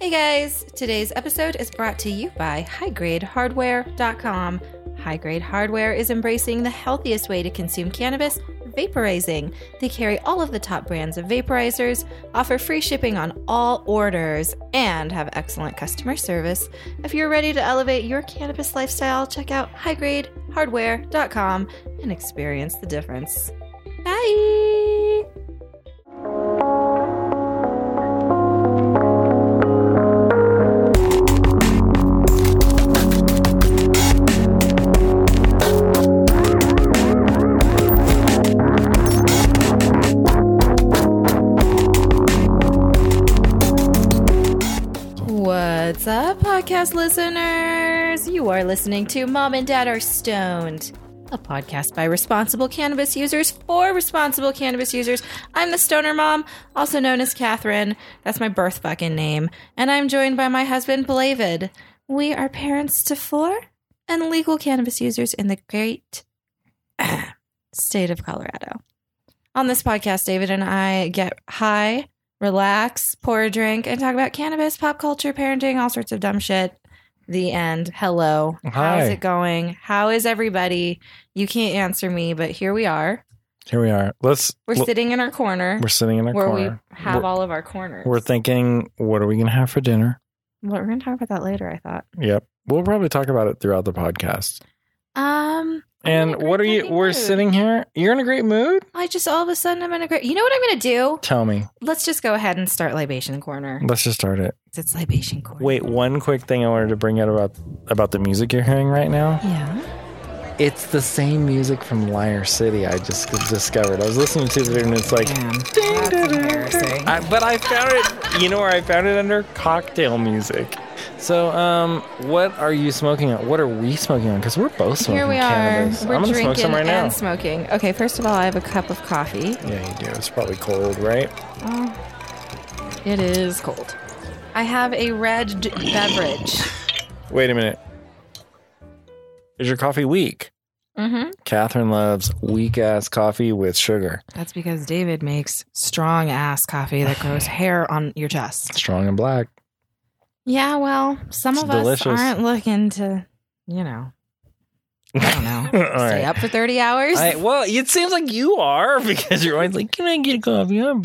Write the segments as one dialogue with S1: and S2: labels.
S1: Hey guys, today's episode is brought to you by highgradehardware.com. High Grade Hardware is embracing the healthiest way to consume cannabis, vaporizing. They carry all of the top brands of vaporizers, offer free shipping on all orders, and have excellent customer service. If you're ready to elevate your cannabis lifestyle, check out highgradehardware.com and experience the difference. Bye! What's up, podcast listeners? You are listening to Mom and Dad Are Stoned, a podcast by responsible cannabis users for responsible cannabis users. I'm the stoner mom, also known as Catherine. That's my birth fucking name. And I'm joined by my husband, Blavid. We are parents to four and legal cannabis users in the great state of Colorado. On this podcast, David and I get high relax, pour a drink, and talk about cannabis, pop culture, parenting, all sorts of dumb shit. The end. Hello. How's
S2: Hi.
S1: it going? How is everybody? You can't answer me, but here we are.
S2: Here we are. Let's.
S1: We're
S2: l-
S1: sitting in our corner
S2: We're sitting in our
S1: where
S2: corner.
S1: we have
S2: we're,
S1: all of our corners.
S2: we're thinking, what are we going to have for dinner?
S1: Well, we're going to talk about that later, I thought.
S2: Yep. We'll probably talk about it throughout the podcast.
S1: Um, I'm in a
S2: And what are
S1: great
S2: you?
S1: fucking
S2: We're
S1: mood.
S2: sitting here. You're in a great mood.
S1: I just all of a sudden I'm in a great. You know what I'm going to do?
S2: Tell me.
S1: Let's just go ahead and start libation corner.
S2: Let's just start it.
S1: It's libation corner.
S2: Wait, one quick thing I wanted to bring out about about the music you're hearing right now.
S1: Yeah.
S2: It's the same music from Liar City. I just discovered. I was listening to it and it's like.
S1: Damn.
S2: ding,
S1: That's
S2: ding, ding, ding.
S1: embarrassing.
S2: I, but I found it. You know where I found it under cocktail music. So, um, what are you smoking on? What are we smoking on? Because we're both smoking
S1: Here we
S2: cannabis.
S1: are. We're
S2: I'm gonna
S1: drinking
S2: smoke some right
S1: and
S2: now.
S1: smoking. Okay, first of all, I have a cup of coffee.
S2: yeah, you do. It's probably cold, right?
S1: Oh, it is cold. I have a red d- beverage.
S2: Wait a minute. Is your coffee weak?
S1: Mm-hmm.
S2: Catherine loves weak ass coffee with sugar,
S1: That's because David makes strong ass coffee that grows hair on your chest.
S2: strong and black.
S1: Yeah, well, some
S2: It's
S1: of us
S2: delicious.
S1: aren't looking to, you know, I don't know,
S2: All
S1: stay
S2: right.
S1: up for 30 hours.
S2: I, well, it seems like you are because you're always like, "Can I get coffee?" I'm,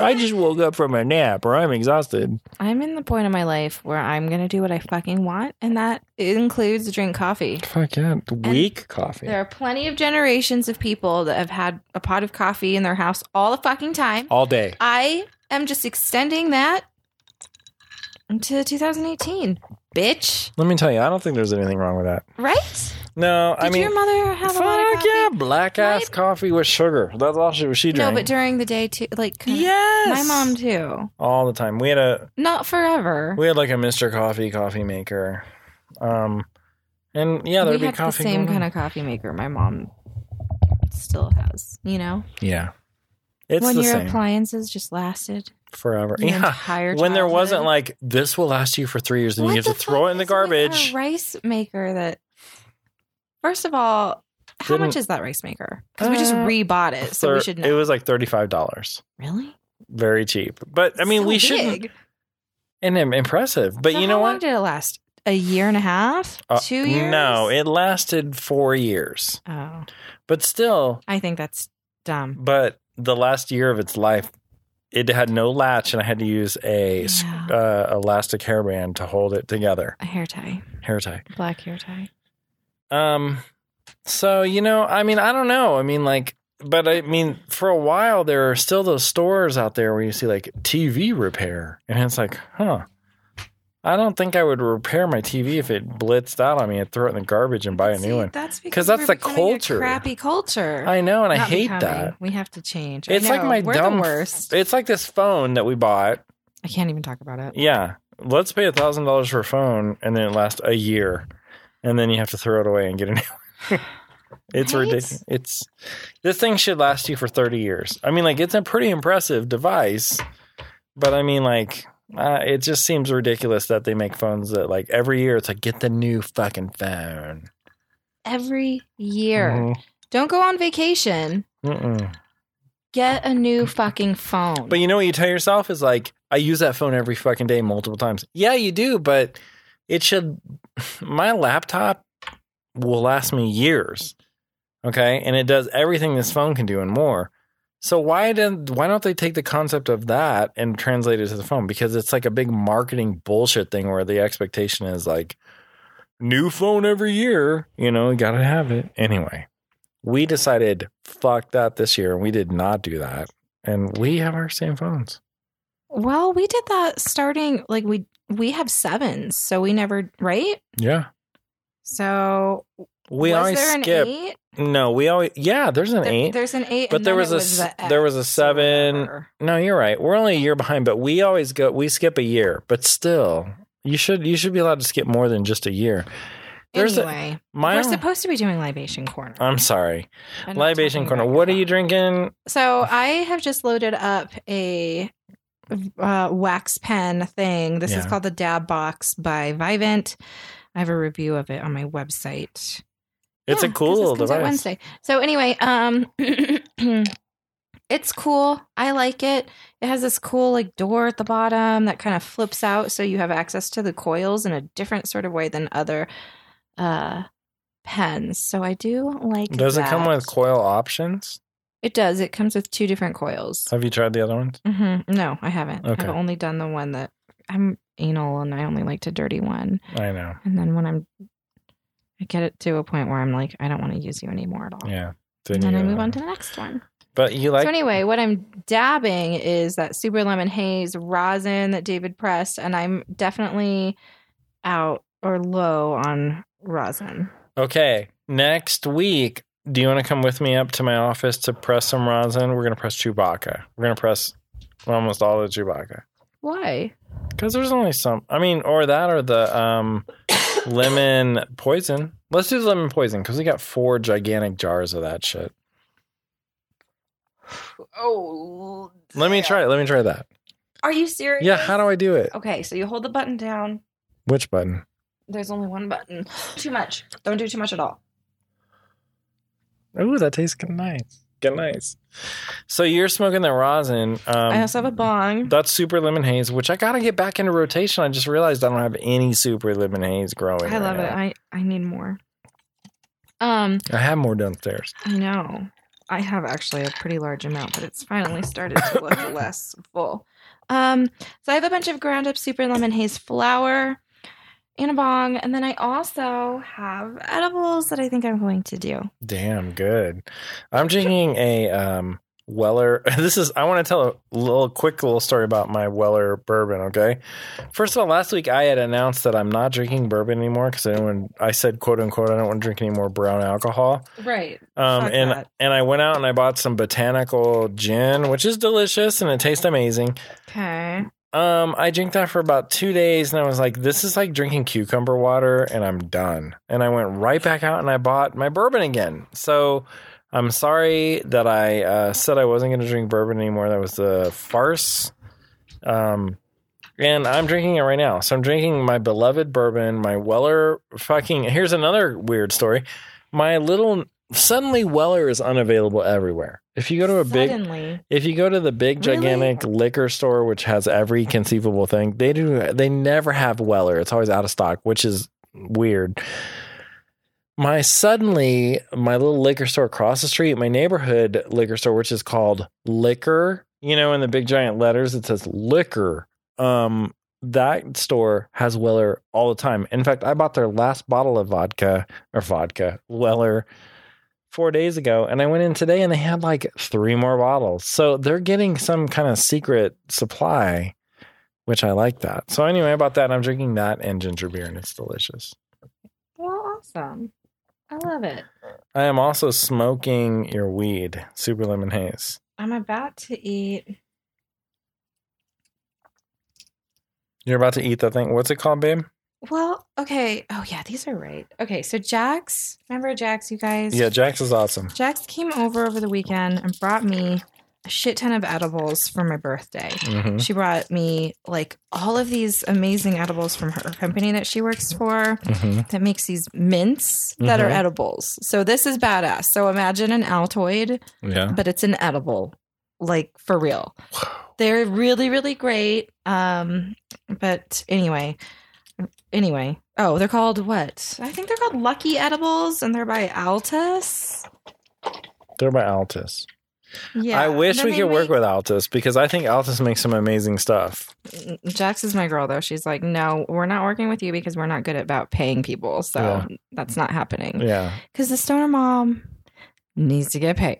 S2: I just woke up from a nap, or I'm exhausted.
S1: I'm in the point of my life where I'm going to do what I fucking want, and that includes drink coffee.
S2: Fuck yeah, weak coffee.
S1: There are plenty of generations of people that have had a pot of coffee in their house all the fucking time.
S2: all day.
S1: I am just extending that to 2018, bitch.
S2: Let me tell you, I don't think there's anything wrong with that.
S1: Right?
S2: No,
S1: Did
S2: I mean,
S1: your mother have a lot of
S2: fuck
S1: coffee?
S2: yeah, black ass coffee with sugar. That's all she she
S1: No,
S2: drank.
S1: but during the day too. Like, kinda- my
S2: yes,
S1: mom too.
S2: all the time. We had a
S1: Not forever.
S2: we had like a Mister Coffee coffee maker, um, and yeah,
S1: we
S2: there'd be
S1: had the
S2: coffee.
S1: same
S2: going
S1: kind
S2: on.
S1: of coffee maker. My mom still has. You know,
S2: yeah. It's
S1: when
S2: the
S1: your
S2: same
S1: appliances just lasted
S2: forever.
S1: your
S2: yeah.
S1: entire
S2: When there wasn't
S1: childhood.
S2: like this will last you for three years, then
S1: What
S2: you have
S1: the
S2: to throw
S1: fuck
S2: it in the
S1: is with our
S2: garbage.
S1: rice maker that, first of all, how much
S2: Didn't-
S1: is that rice maker? Because we just
S2: Uh,
S1: rebought it, so we
S2: Thir-
S1: should
S2: It
S1: know.
S2: was like thirty five dollars,
S1: really?
S2: very cheap. But I mean,
S1: So
S2: we shouldn't.
S1: big.
S2: And im- impressive, but
S1: So
S2: you know
S1: how
S2: what?
S1: long did it last? A year and a half?
S2: Uh,
S1: Two years?
S2: No, it lasted four years.
S1: oh,
S2: But still,
S1: I think that's dumb.
S2: but the last year of its life, it had no latch, and I had to use a s-
S1: Yeah.
S2: uh, elastic hairband to hold it together.
S1: A hair tie,
S2: Hair tie.
S1: black hair tie.
S2: Um. So you know, I mean, I don't know. I mean, like, but I mean, for a while there are still those stores out there where you see like TV repair, and it's like, huh. I don't think I would repair my TV if it blitzed out on me. I'd throw it in the garbage and buy a
S1: See,
S2: new one.
S1: That's
S2: 'Cause
S1: because
S2: that's
S1: we're
S2: the
S1: becoming a
S2: culture.
S1: crappy culture.
S2: I know, and I
S1: Not
S2: hate
S1: becoming.
S2: that.
S1: We have to change. I
S2: It's like
S1: know,
S2: my
S1: we're
S2: dumb.
S1: the worst.
S2: It's like this phone that we bought.
S1: I can't even talk about it.
S2: Yeah, let's pay a thousand dollars for a phone, and then it lasts a year, and then you have to throw it away and get a new. one. it's
S1: Right?
S2: ridiculous. It's this thing should last you for thirty years. I mean, like it's a pretty impressive device, but I mean, like. Uh, it just seems ridiculous that they make phones that like every year it's like get the new fucking phone.
S1: Every year,
S2: Mhm.
S1: don't go on vacation.
S2: Mm-mm.
S1: Get a new fucking phone.
S2: But you know what you tell yourself is like, I use that phone every fucking day multiple times. Yeah, you do, but it should my laptop will last me years. Okay? And it does everything this phone can do and more. So why did why don't they take the concept of that and translate it to the phone? Because it's like a big marketing bullshit thing where the expectation is like new phone every year, you know, you gotta have it. Anyway, we decided fuck that this year and we did not do that. And we have our same phones.
S1: well, we did that starting like we we have sevens, so we never right.
S2: Yeah.
S1: So
S2: We
S1: was
S2: always
S1: there an
S2: skip.
S1: eight?
S2: No, we always yeah, there's an
S1: There-
S2: eight.
S1: There's an eight,
S2: But
S1: and
S2: there
S1: then
S2: was
S1: it
S2: a
S1: the
S2: s- there was a
S1: X or
S2: seven.
S1: whatever.
S2: No, you're right. We're only a year behind, but we always go we skip a year, but still you should you should be allowed to skip more than just a year. There's a-
S1: anyway,
S2: My
S1: we're
S2: own-
S1: supposed to be doing libation corner.
S2: I'm sorry.
S1: I'm not
S2: Libation
S1: talking
S2: corner.
S1: about
S2: What are
S1: that.
S2: you drinking?
S1: So I have just loaded up a uh, wax pen thing. This is
S2: Yeah.
S1: called the Dab Box by Vivint. I have a review of it on my website.
S2: It's
S1: Yeah, 'cause
S2: a cool
S1: this
S2: little
S1: comes out
S2: device.
S1: Wednesday. So anyway, um, it's cool. I like it. It has this cool like door at the bottom that kind of flips out, so you have access to the coils in a different sort of way than other uh pens. So I do like.
S2: Does it come
S1: that.
S2: with coil options?
S1: It does. It comes with two different coils.
S2: Have you tried the other ones?
S1: hmm No, I haven't.
S2: Okay.
S1: I've only done the one that I'm anal and I only like to dirty one.
S2: I know.
S1: And then when I'm, I get it to a point where I'm like, I don't want to use you anymore at all.
S2: Yeah.
S1: And then
S2: you
S1: I
S2: get
S1: move on
S2: another
S1: to
S2: one.
S1: the next one.
S2: But you like
S1: so anyway, what I'm dabbing is that Super Lemon Haze rosin that David pressed, and I'm definitely out or low on rosin.
S2: Okay. Next week, do you want to come with me up to my office to press some rosin? We're going to press Chewbacca. We're going to press almost all the Chewbacca.
S1: Why?
S2: Because there's only some. I mean, or that or the um, lemon poison. Let's do the lemon poison because we got four gigantic jars of that shit.
S1: Oh,
S2: Let me try it. Let me try that.
S1: Are you serious?
S2: Yeah. How do I do it?
S1: Okay, so you hold the button down.
S2: Which button?
S1: There's only one button. Too much. Don't do too much at all.
S2: Ooh, that tastes good. Nice. Good. Nice. So you're smoking the rosin. Um,
S1: I also have a bong.
S2: That's super lemon haze, which I gotta get back into rotation. I just realized I don't have any super lemon haze growing.
S1: I love it. I, I need more. Um,
S2: it. I have more downstairs.
S1: I know. I have actually a pretty large amount, but it's finally started to look less full. Um, so I have a bunch of ground up super lemon haze flour in a bong, and then I also have edibles that I think I'm going to do.
S2: Damn good. I'm drinking a um, Weller. This is. I want to tell a little quick little story about my Weller bourbon. Okay. First of all, last week I had announced that I'm not drinking bourbon anymore because I didn't. Want, I said quote unquote I don't want to drink any more brown alcohol.
S1: Right.
S2: Um,
S1: Fuck
S2: and
S1: that.
S2: and I went out and I bought some botanical gin, which is delicious and it tastes amazing.
S1: Okay.
S2: Um, I drank that for about two days, and I was like, "This is like drinking cucumber water," and I'm done. And I went right back out and I bought my bourbon again. So I'm sorry that I uh, said I wasn't going to drink bourbon anymore. That was a farce. Um, and I'm drinking it right now. So I'm drinking my beloved bourbon, my Weller. Fucking here's another weird story. My little suddenly Weller is unavailable everywhere. If you go to a big
S1: Suddenly,
S2: if you go to the big
S1: Really?
S2: gigantic liquor store, which has every conceivable thing, they do they never have Weller. It's always out of stock, which is weird. My suddenly my little liquor store across the street, my neighborhood liquor store, which is called Liquor, you know, in the big giant letters it says Liquor. Um, that store has Weller all the time. In fact, I bought their last bottle of vodka or vodka Weller four days ago, and I went in today and they had like three more bottles. So they're getting some kind of secret supply, which I like that. So anyway, I bought that and I'm drinking that and ginger beer, and it's delicious.
S1: well, awesome. I love it.
S2: I am also smoking your weed, super lemon haze.
S1: I'm about to eat.
S2: You're about to eat that thing. What's it called, babe?
S1: Well, okay. Oh yeah, these are right. Okay, so Jax, remember Jax, you guys?
S2: Yeah, Jax is awesome.
S1: Jax came over over the weekend and brought me a shit ton of edibles for my birthday.
S2: hmm
S1: She brought me like all of these amazing edibles from her company that she works for
S2: hmm
S1: that makes these mints that are
S2: Mhm.
S1: edibles. So this is badass. So imagine an Altoid,
S2: Yeah.
S1: but it's an edible. like for real. They're really, really great. Um, but anyway, anyway. Oh, they're called what? I think they're called Lucky Edibles, and they're by Altus.
S2: They're by Altus.
S1: Yeah,
S2: I wish
S1: and
S2: we
S1: then
S2: could
S1: they
S2: work
S1: make-
S2: with Altus because I think Altus makes some amazing stuff.
S1: Jax is my girl though. She's like, no, we're not working with you because we're not good about paying people. So
S2: Yeah.
S1: that's not happening.
S2: Yeah.
S1: Because the stoner mom needs to get paid.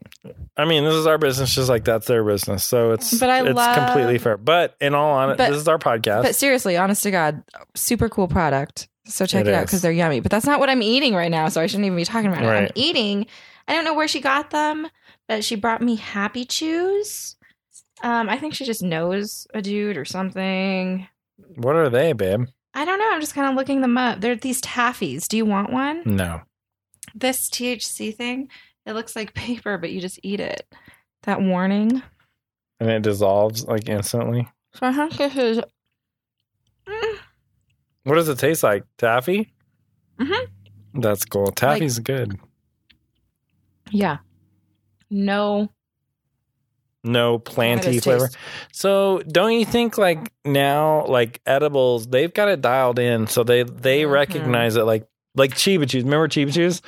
S2: I mean, this is our business, just like that's their business. So it's
S1: But I
S2: it's
S1: love-
S2: completely fair. But in all honesty,
S1: But-
S2: this is our podcast.
S1: But seriously, honest to God, super cool product. So check
S2: It
S1: it, out
S2: is.
S1: because they're yummy. But that's not what I'm eating right now, so I shouldn't even be talking about it.
S2: Right.
S1: I'm eating. I don't know where she got them, but she brought me Happy Chews. Um, I think she just knows a dude or something.
S2: what are they, babe?
S1: I don't know. I'm just kind of looking them up. They're these taffies. Do you want one?
S2: No.
S1: This THC thing. It looks like paper, but you just eat it. That warning.
S2: And it dissolves like instantly.
S1: So I think this is. Mm.
S2: What does it taste like? Taffy?
S1: Mhm.
S2: Mm-hmm. That's cool. Taffy's good.
S1: Yeah. No.
S2: No
S1: How
S2: planty
S1: does
S2: flavor.
S1: taste?
S2: So don't you think like now, like edibles, they've got it dialed in. So they they
S1: Mhm.
S2: recognize it like like Chiba Chews. Remember Chiba Chews?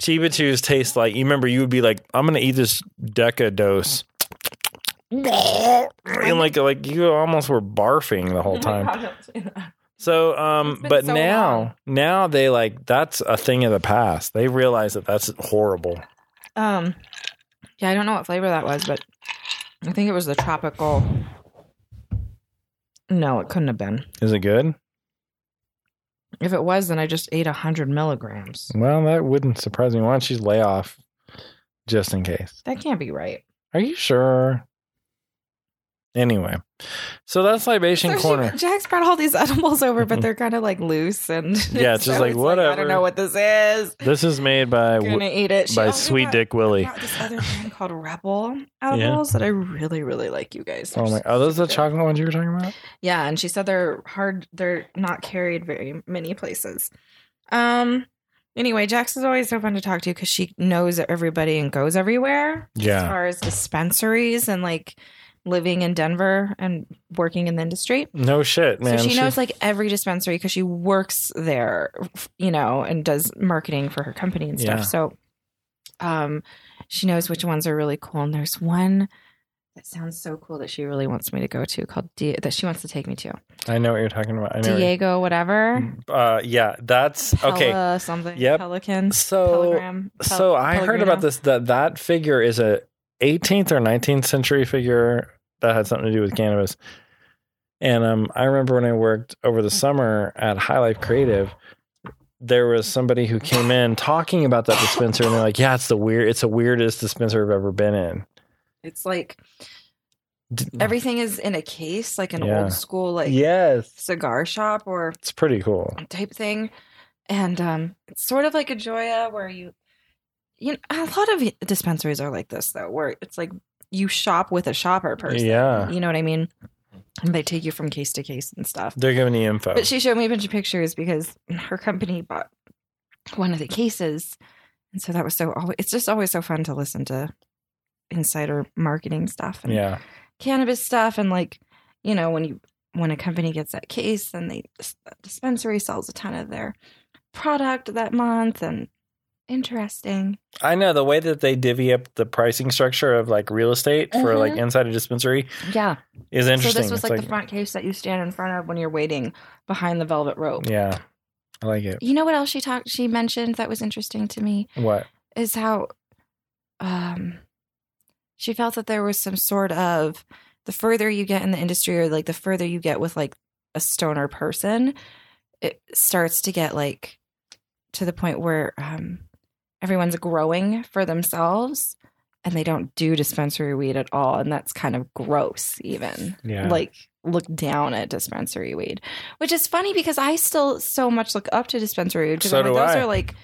S2: Chiba Chews taste like you remember you would be like, I'm gonna eat this deca dose. And like like you almost were barfing the whole time. So, um,
S1: It's been
S2: but
S1: so
S2: now,
S1: long.
S2: now they like that's a thing of the past. They realize that that's horrible.
S1: Um, yeah, I don't know what flavor that was, but I think it was the tropical. No, it couldn't have been.
S2: Is it good?
S1: If it was, then I just ate hundred milligrams.
S2: Well, that wouldn't surprise me. Why don't you lay off just in case?
S1: That can't be right.
S2: Are you sure? Anyway, so that's libation
S1: So she-
S2: corner.
S1: Jack's brought all these edibles over,
S2: Mhm.
S1: but they're kind of like loose and
S2: Yeah, it's just like,
S1: I
S2: whatever.
S1: don't know what this is.
S2: This is made by
S1: I'm gonna
S2: w-
S1: eat it. She
S2: by
S1: also
S2: Sweet
S1: brought-
S2: Dick Willie.
S1: brought this other brand called Rebel edibles that I really, really like. You guys,
S2: Oh
S1: They're
S2: my! Are those the
S1: super good.
S2: chocolate ones you were talking about?
S1: Yeah, and she said they're hard. They're not carried very many places. Um. Anyway, Jax is always so fun to talk to because she knows everybody and goes everywhere as
S2: Yeah.
S1: far as dispensaries and like living in Denver and working in the industry.
S2: No shit, man.
S1: so she knows like every dispensary because she works there, f- you know, and does marketing for her company and stuff.
S2: Yeah.
S1: So, um, she knows which ones are really cool. And there's one that sounds so cool that she really wants me to go to called D- that she wants to take me to.
S2: I know what you're talking about. I know. what you're-
S1: Diego, whatever.
S2: Uh, yeah, that's okay.
S1: Pella something.
S2: Yep.
S1: Pelican.
S2: So
S1: Peligram, Pel-
S2: So I heard about
S1: Pellegrino.
S2: this that that figure is a 18th or 19th century figure that had something to do with cannabis. And um, I remember when I worked over the summer at High Life Creative, there was somebody who came in talking about that dispenser, and they're like, "Yeah, it's the weird, it's the weirdest dispenser I've ever been in."
S1: It's like
S2: D-
S1: everything is in a case, like an
S2: Yeah.
S1: old school like
S2: yes,
S1: cigar shop or
S2: it's pretty cool.
S1: type thing. And um, it's sort of like a Joya where you, you know, a lot of dispensaries are like this though, where it's like you shop with a shopper person.
S2: Yeah.
S1: You know what I mean? And they take you from case to case and stuff.
S2: They're giving you info.
S1: But she showed me a bunch of pictures because her company bought one of the cases. And so that was so always, it's just always so fun to listen to insider marketing stuff and
S2: yeah,
S1: cannabis stuff. And like, you know, when you, when a company gets that case, then they, that dispensary sells a ton of their product that month and interesting.
S2: I know the way that they divvy up the pricing structure of like real estate for
S1: Mhm.
S2: like inside a dispensary
S1: Yeah.
S2: is
S1: So
S2: interesting.
S1: this was
S2: It's
S1: like, the front case that you stand in front of when you're waiting behind the velvet rope.
S2: yeah, I like it.
S1: You know what else she talked, she mentioned that was interesting to me?
S2: What?
S1: is how um she felt that there was some sort of the further you get in the industry or like the further you get with like a stoner person it starts to get like to the point where um everyone's growing for themselves and they don't do dispensary weed at all and that's kind of gross even
S2: Yeah.
S1: like look down at dispensary weed, which is funny because I still so much look up to dispensary weed. 'cause
S2: So
S1: I'm like,
S2: do
S1: those
S2: I.
S1: are like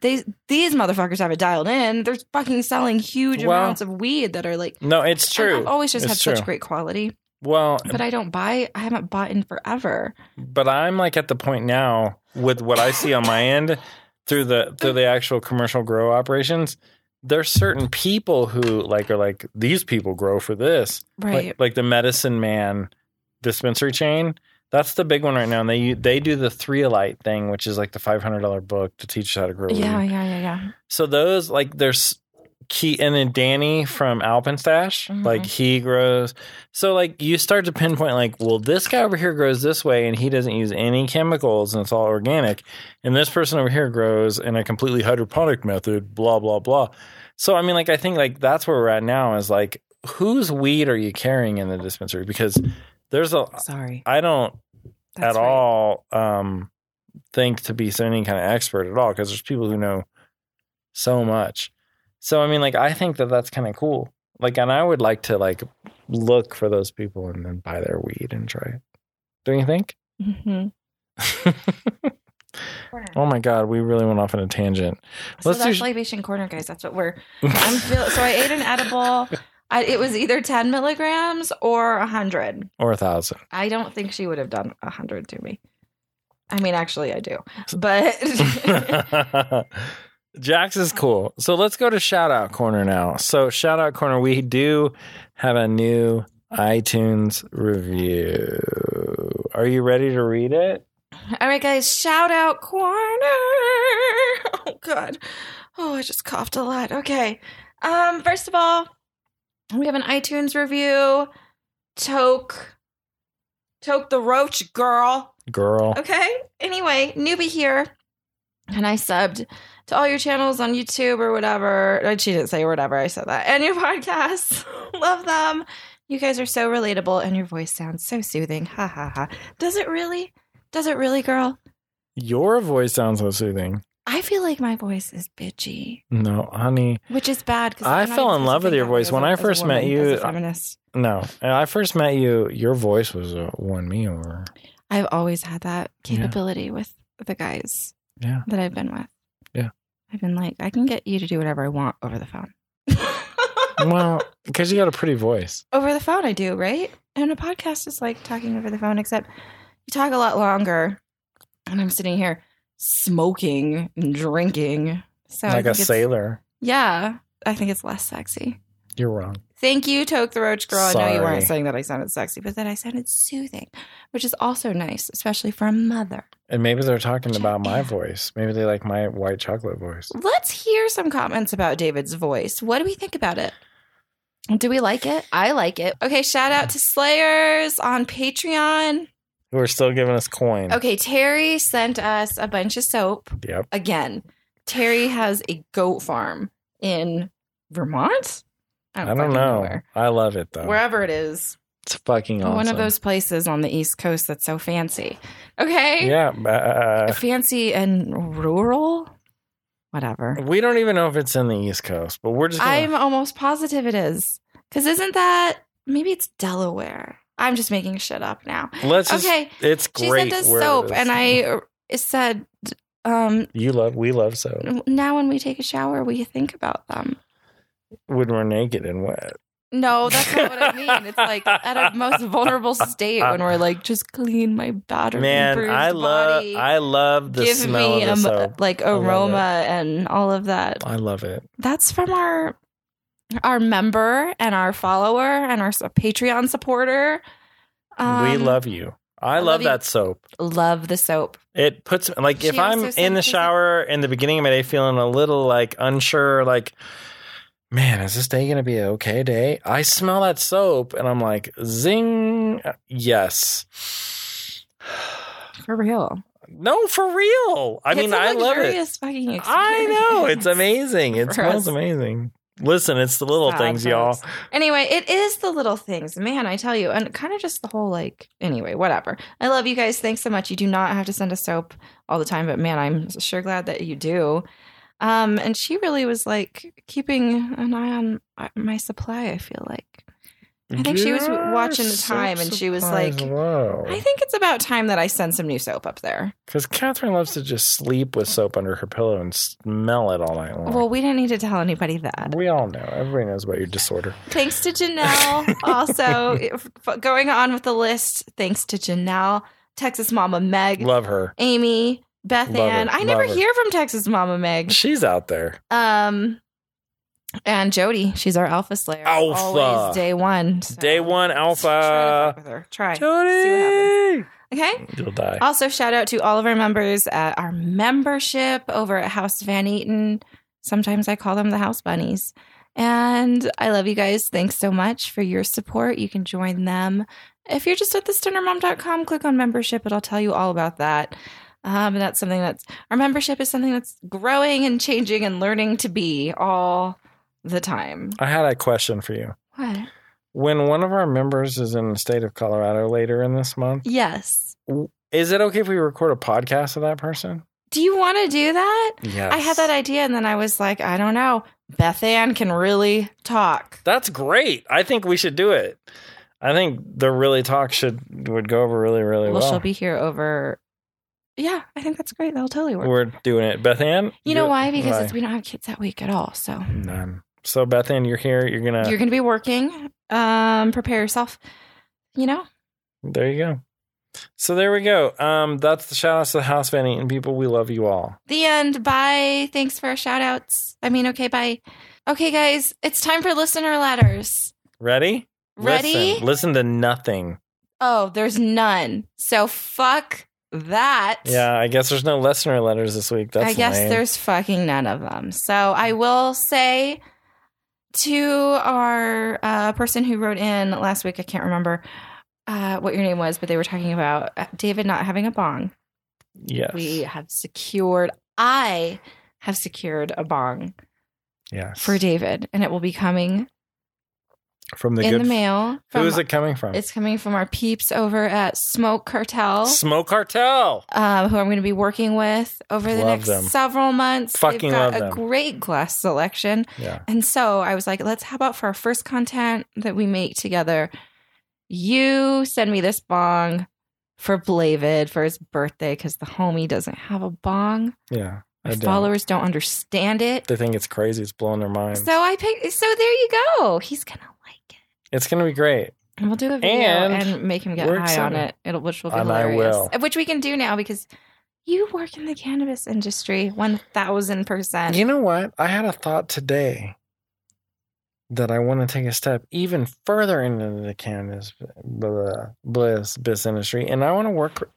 S1: they these motherfuckers have it dialed in. They're fucking selling huge
S2: Well,
S1: amounts of weed that are like
S2: No, it's
S1: and
S2: true.
S1: I've always just
S2: It's
S1: had
S2: true.
S1: such great quality,
S2: well,
S1: but I don't buy. I haven't bought in forever.
S2: but I'm like at the point now with what I see on my end through the through the actual commercial grow operations there's certain people who like are like these people grow for this.
S1: Right.
S2: Like, like the Medicine Man dispensary chain. That's the big one right now, and they they do the Threolite thing, which is like the five hundred dollar book to teach you how to grow.
S1: yeah,
S2: weed.
S1: yeah, yeah, yeah.
S2: So those like there's key, and then Danny from Alpenstash,
S1: Mhm.
S2: like he grows. So like you start to pinpoint like, well, this guy over here grows this way, and he doesn't use any chemicals, and it's all organic, and this person over here grows in a completely hydroponic method, blah blah blah. So I mean, like I think like that's where we're at now is like, whose weed are you carrying in the dispensary? Because there's a
S1: Sorry.
S2: I don't
S1: That's
S2: at
S1: right.
S2: all um, think to be any kind of expert at all because there's people who know so much. So I mean, like I think that that's kind of cool. Like, and I would like to like look for those people and then buy their weed and try it. Don't you think?
S1: Mhm.
S2: oh my god, we really went off on a tangent.
S1: So
S2: Let's do
S1: that's
S2: sh-
S1: libation corner, guys. That's what we're. I'm feel- so I ate an edible. I, it was either 10 milligrams or 100.
S2: or a thousand.
S1: I don't think she would have done 100 to me. I mean, actually, I do. But
S2: Jax is cool. So let's go to shout out corner now. So shout out corner, we do have a new iTunes review. Are you ready to read it?
S1: All right, guys, shout out corner. Oh god. Oh, I just coughed a lot. Okay. Um, first of all, we have an iTunes review. Toke. Toke the roach girl.
S2: Girl.
S1: Okay. Anyway, newbie here. And I subbed to all your channels on YouTube or whatever. Uh, She didn't say whatever. I said that. And your podcasts. Love them. You guys are so relatable and your voice sounds so soothing. Ha ha ha. Does it really? Does it really, girl?
S2: Your voice sounds so soothing.
S1: I feel like my voice is bitchy,
S2: No, honey.
S1: which is bad. 'cause
S2: I
S1: I'm not
S2: fell
S1: even
S2: in
S1: supposed to
S2: love with
S1: think
S2: your
S1: that
S2: voice.
S1: as a-
S2: When I
S1: as a
S2: first met
S1: woman,
S2: you,
S1: as a
S2: I-
S1: feminist.
S2: No. And I first met you, your voice was a won me over.
S1: I've always had that
S2: Yeah.
S1: capability with the guys
S2: Yeah.
S1: that I've been with.
S2: Yeah.
S1: I've been like, I can get you to do whatever I want over the phone.
S2: Well, because you got a pretty voice.
S1: over the phone, I do, right? And a podcast is like talking over the phone, except you talk a lot longer. And I'm sitting here smoking and drinking. So I
S2: like
S1: think
S2: a
S1: it's-
S2: sailor.
S1: Yeah. I think it's less sexy.
S2: You're wrong.
S1: Thank you, Toke the Roach Girl. I know you
S2: Sorry.
S1: weren't saying that I sounded sexy, but that I sounded soothing, which is also nice, especially for a mother.
S2: And maybe they're talking about my
S1: Yeah.
S2: voice. Maybe they like my white chocolate voice.
S1: Let's hear some comments about David's voice. What do we think about it? Do we like it? I like it. Okay, shout out to Slayers on Patreon.
S2: Who are still giving us coin.
S1: Okay, Terry sent us a bunch of soap
S2: Yep.
S1: again. Terry has a goat farm in Vermont.
S2: I don't
S1: fucking
S2: know.
S1: where.
S2: I love it though.
S1: Wherever it is,
S2: It's fucking awesome.
S1: one of those places on the East Coast that's so fancy. Okay.
S2: Yeah. Uh,
S1: fancy and rural whatever
S2: we don't even know if it's in the East Coast, but we're just. Gonna,
S1: i'm almost positive it is because isn't that maybe it's delaware i'm just making shit up now
S2: let's just.
S1: okay
S2: It's
S1: she sent
S2: great.
S1: us
S2: where it
S1: soap
S2: is.
S1: and i uh, said um
S2: You love. We love soap
S1: now when we take a shower we think about them
S2: when we're naked and wet.
S1: no that's not what i mean it's like at our most vulnerable state when we're like just clean my battered
S2: Man,
S1: bruised
S2: I love.
S1: body.
S2: I love the
S1: give
S2: smell
S1: me
S2: of the
S1: um,
S2: soap.
S1: like
S2: love it.
S1: aroma and all of that
S2: I love it.
S1: that's from our our member and our follower and our su- Patreon supporter.
S2: we
S1: Um,
S2: love you. I,
S1: I
S2: love,
S1: love you.
S2: that soap.
S1: love the soap.
S2: It puts like if
S1: She also
S2: I'm in
S1: sent
S2: the
S1: us a-
S2: shower in the beginning of my day feeling a little like unsure, like man, is this day gonna be an okay day? I smell that soap and I'm like, zing, yes.
S1: For real.
S2: No, for real. I mean, I love it. I know it's amazing. It
S1: for us.
S2: smells amazing. Listen, it's the little
S1: Sad
S2: things, y'all.
S1: folks. Anyway, it is the little things, man. I tell you, and kind of just the whole like. Anyway, whatever. I love you guys. Thanks so much. You do not have to send us soap all the time, but man, I'm sure glad that you do. Um, and she really was like keeping an eye on uh, my supply. I feel like I think she was
S2: Your
S1: watching the
S2: soap
S1: time and she was
S2: supply is
S1: like,
S2: low.
S1: I think it's about time that I send some new soap up there.
S2: Because Catherine loves to just sleep with soap under her pillow and smell it all night long.
S1: Well, we didn't need to tell anybody that.
S2: we all know. Everybody knows about your disorder.
S1: Thanks to Janelle. Also, if- going on with the list, thanks to Janelle, Texas Mama Meg,
S2: Love her.
S1: Amy, Beth
S2: Love
S1: Ann.
S2: it,
S1: I never
S2: love it.
S1: hear from Texas Mama Meg.
S2: She's out there.
S1: Um, And Jody, she's our alpha slayer.
S2: Alpha.
S1: Always day one. so-
S2: Day one
S1: Try to
S2: alpha.
S1: fuck with her. Try. See what happens.
S2: Jody.
S1: Okay.
S2: You'll die.
S1: Also, shout out to all of our members at our membership over at House Van Eaton. Sometimes I call them the House Bunnies. And I love you guys. Thanks so much for your support. You can join them. If you're just at thestunnermom.com, click on membership. It'll tell you all about that. Um, and that's something that's our membership is something that's growing and changing and learning to be all the time.
S2: I had a question for you.
S1: What?
S2: When one of our members is in the state of Colorado later in this month,
S1: Yes.
S2: is it okay if we record a podcast of that person?
S1: Do you want to do that?
S2: Yes.
S1: I had that idea, and then I was like, I don't know. Beth Ann can really talk.
S2: That's great. I think we should do it. I think the really talk should would go over really really well.
S1: Well, she'll be here over. Yeah, I think that's great. That'll totally work.
S2: We're doing it, Beth Ann.
S1: you know
S2: you're-
S1: why? Because
S2: why?
S1: it's, we don't have kids that week at all. So
S2: None. So Beth Ann, you're here. You're gonna.
S1: you're going to be working. Um, prepare yourself. You know,
S2: there you go. So there we go. Um, that's the shout outs to the house vending and people. We love you all.
S1: the end. Bye. Thanks for our shout outs. I mean, okay, bye. Okay, guys, it's time for listener letters.
S2: Ready?
S1: Ready?
S2: Listen, listen to nothing.
S1: Oh, there's none. So fuck that.
S2: Yeah, I guess there's no listener letters this week. That's
S1: I guess
S2: lame.
S1: there's fucking none of them. So I will say to our uh, person who wrote in last week, I can't remember uh, what your name was, but they were talking about uh, David not having a bong.
S2: Yes.
S1: We have secured, I have secured a bong
S2: yes.
S1: for David, and it will be coming
S2: from the
S1: in
S2: good.
S1: the mail. From,
S2: Who is it coming from?
S1: It's coming from our peeps over at Smoke Cartel.
S2: Smoke Cartel.
S1: um, who I'm going to be working with over the
S2: Love
S1: next
S2: them.
S1: several months.
S2: Fucking
S1: They've got
S2: love
S1: a
S2: them.
S1: great glass selection.
S2: Yeah.
S1: And so I was like, let's how about for our first content that we make together? You send me this bong for Blavid for his birthday because the homie doesn't have a bong.
S2: Yeah. I
S1: My
S2: don't.
S1: followers don't understand it.
S2: They think it's crazy. It's blowing their minds.
S1: So I picked. So there you go. He's gonna like it.
S2: it's gonna be great.
S1: And we'll do a video
S2: And
S1: and, make him get
S2: we're
S1: high on
S2: excited.
S1: it, It'll, which will be
S2: And I
S1: hilarious.
S2: will.
S1: Which we can do now because you work in the cannabis industry 1000%.
S2: You know what? I had a thought today that I want to take a step even further into the cannabis blah, bliss biz industry, and I want to work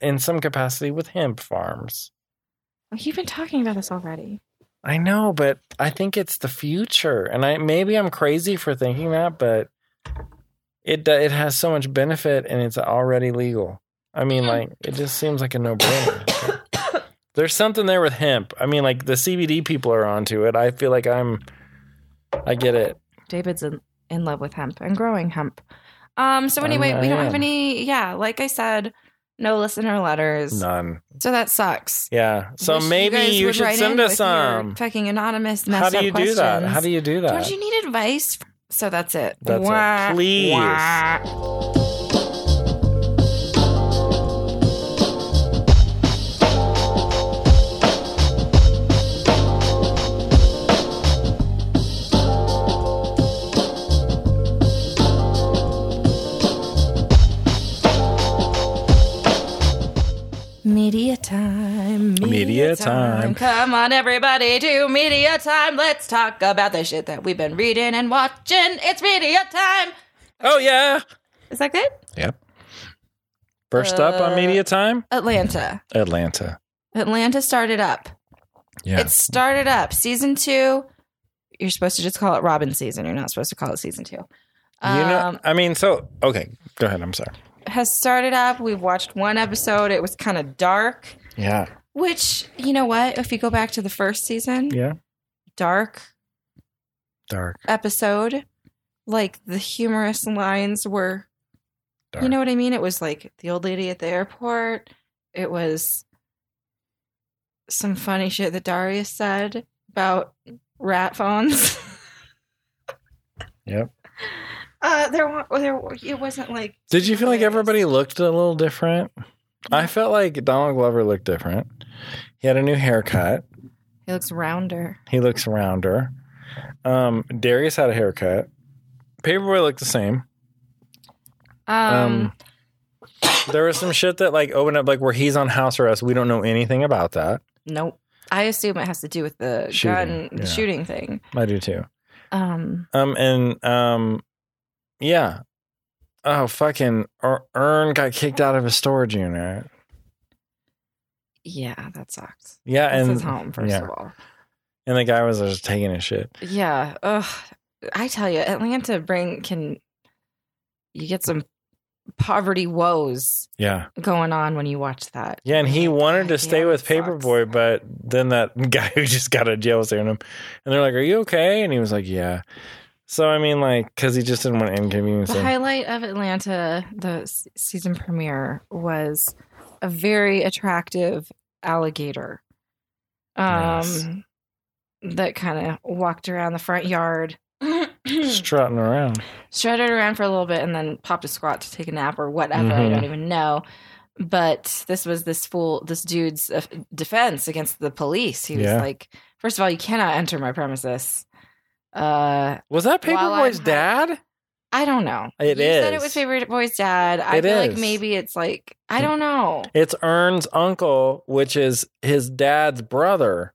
S2: in some capacity with hemp farms.
S1: You've been talking about this already.
S2: I know, but I think it's the future, and I maybe I'm crazy for thinking that, but it do- it has so much benefit, and it's already legal. I mean, like it just seems like a no brainer. There's something there with hemp. I mean, like the CBD people are onto it. I feel like I'm, I get it.
S1: David's in, in love with hemp and growing hemp. Um. So
S2: I'm-
S1: anyway, we
S2: I
S1: don't
S2: am.
S1: have any. Yeah, like I said, no listener letters.
S2: None.
S1: So that sucks.
S2: Yeah. So
S1: Wish
S2: maybe
S1: guys
S2: you,
S1: would
S2: should
S1: write
S2: send
S1: in
S2: us
S1: with your
S2: some.
S1: fucking anonymous.
S2: How do you do that? How do you do that?
S1: Don't you need advice? So that's it.
S2: That's it.
S1: Wah,
S2: Please.
S1: wah. Media time.
S2: Media time.
S1: Come on, everybody, to media time. Let's talk about the shit that we've been reading and watching. It's media time.
S2: oh yeah.
S1: Is that good?
S2: Yep. First up on
S1: Uh,
S2: media time,
S1: Atlanta.
S2: Atlanta.
S1: Atlanta started up.
S2: Yeah.
S1: It started up. Season two. You're supposed to just call it Robin season. You're not supposed to call it season two.
S2: you know,
S1: Um,
S2: I mean, so okay, go ahead. I'm sorry.
S1: has started up. We've watched one episode. It was kind of dark,
S2: Yeah.
S1: which, you know what? If you go back to the first season,
S2: Yeah.
S1: dark
S2: Dark.
S1: episode, like the humorous lines were
S2: dark.
S1: You know what I mean? It was like the old lady at the airport. It was some funny shit that Darius said about rat phones.
S2: Yep.
S1: Uh, there, wa- there, wa- it wasn't like.
S2: Did you feel like everybody looked a little different? I felt like Donald Glover looked different. He had a new haircut.
S1: He looks rounder.
S2: He looks rounder. Um, Darius had a haircut. Paperboy looked the same.
S1: Um,
S2: Um, there was some shit that like opened up, like where he's on house arrest. We don't know anything about that.
S1: nope. I assume it has to do with the gun,
S2: Shooting,
S1: the
S2: yeah.
S1: shooting thing.
S2: I do too.
S1: Um,
S2: Um, and um, yeah. Oh, fucking Er- Ern got kicked out of his storage unit.
S1: yeah, that sucks.
S2: Yeah,
S1: That's
S2: and
S1: his home, first
S2: yeah.
S1: of all.
S2: and the guy was just taking his shit.
S1: Yeah. Ugh. I tell you, Atlanta bring can you get some poverty woes
S2: Yeah,
S1: going on when you watch that.
S2: yeah, and he
S1: Like,
S2: wanted to
S1: God
S2: stay
S1: damn,
S2: with
S1: it sucks.
S2: Paperboy, but then that guy who just got out of jail was there, and him, and they're like, "Are you okay?" And he was like, "Yeah." So I mean, like, because he just didn't want to inconvenience
S1: The
S2: him.
S1: highlight of Atlanta, the s- season premiere, was a very attractive alligator. Um,
S2: Nice.
S1: that kind of walked around the front yard,
S2: Strutting around.
S1: strutted around for a little bit, and then popped a squat to take a nap or whatever. I
S2: Mhm.
S1: don't even know. But this was this fool, this dude's uh, defense against the police. He was
S2: Yeah.
S1: like, first of all, you cannot enter my premises. Uh,
S2: Was that
S1: While I'm
S2: Paperboy's
S1: high-
S2: dad?
S1: I don't know.
S2: It
S1: you said it
S2: is.
S1: was favorite boy's dad. I
S2: It
S1: feel like
S2: is.
S1: maybe it's like I don't know.
S2: It's Ern's uncle, which is his dad's brother.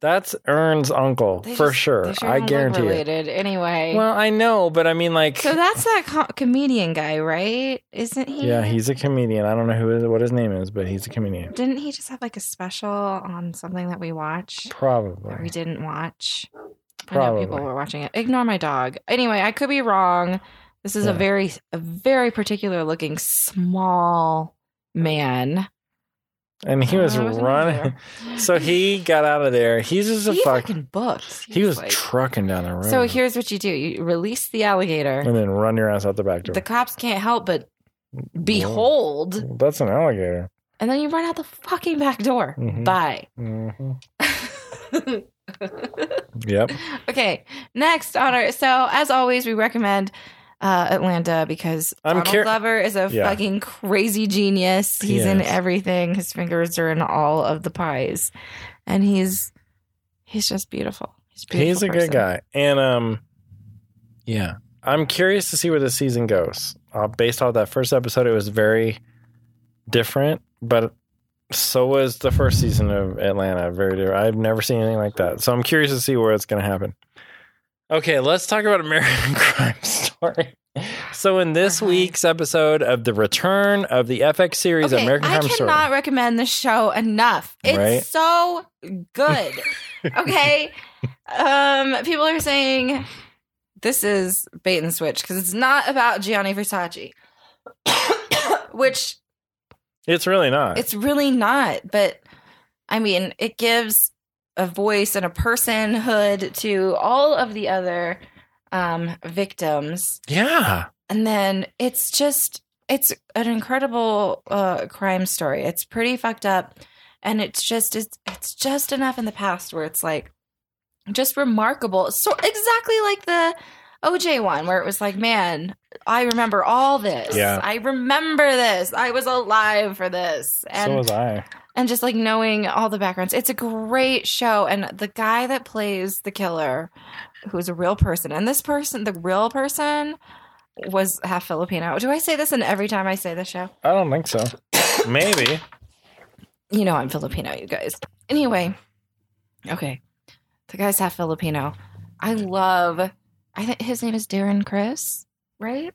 S2: That's Ern's uncle
S1: They
S2: for
S1: just-
S2: sure.
S1: They sure
S2: I
S1: don't look
S2: guarantee it.
S1: related. Anyway,
S2: Well, I know, but I mean, like,
S1: so that's that co- comedian guy, right? Isn't he?
S2: yeah, he's a comedian. I don't know who is, what his name is, but he's a comedian.
S1: Didn't he just have like a special on something that we watch that we
S2: Probably.
S1: didn't watch? I know people
S2: Probably.
S1: were watching it. Ignore my dog. Anyway, I could be wrong. This is a
S2: Yeah.
S1: very, a very particular looking small man.
S2: And he was
S1: I wasn't
S2: running. So he got out of there. He's just a
S1: he
S2: fuck.
S1: fucking booked.
S2: He was
S1: like-
S2: trucking down the road.
S1: So here's what you do: you release the alligator.
S2: and then run your ass out the back door.
S1: The cops can't help but behold,
S2: That's an alligator.
S1: and then you run out the fucking back door.
S2: Mhm.
S1: Bye.
S2: hmm Yep.
S1: okay, next on our so as always we recommend. Uh, Atlanta because
S2: I'm
S1: Donald
S2: cur-
S1: Glover is a
S2: Yeah.
S1: fucking crazy genius.
S2: He
S1: He's in
S2: is.
S1: everything. His fingers are in all of the pies, and he's he's just beautiful. He's, beautiful
S2: He's a
S1: person.
S2: good guy. And um yeah. I'm curious to see where the season goes. Uh, based off that first episode, it was very different, but so was the first season of Atlanta. Very different. I've never seen anything like that. So I'm curious to see where it's going to happen. Okay, let's talk about American Crime Story. So in this
S1: Okay.
S2: week's episode of the return of the FX series American
S1: I
S2: Crime Story,
S1: cannot recommend this show enough. It's
S2: Right?
S1: so good. okay. Um, people are saying this is bait and switch because it's not about Gianni Versace, which
S2: it's really not.
S1: it's really not. But I mean, it gives a voice and a personhood to all of the other um, victims
S2: yeah,
S1: and then it's just it's an incredible uh crime story it's pretty fucked up and it's just it's, it's just enough in the past where it's like just remarkable so exactly like the oj one where it was like man i remember all this
S2: Yeah.
S1: i remember this i was alive for this and
S2: so was I.
S1: and just like knowing all the backgrounds. It's a great show. And the guy that plays the killer, who's a real person, and this person, the real person, was half Filipino. Do I say this in every time I say the show?
S2: I don't think so. Maybe.
S1: You know I'm Filipino, you guys. Anyway, okay. The guy's half Filipino. I love I think his name is Darren Chris, right?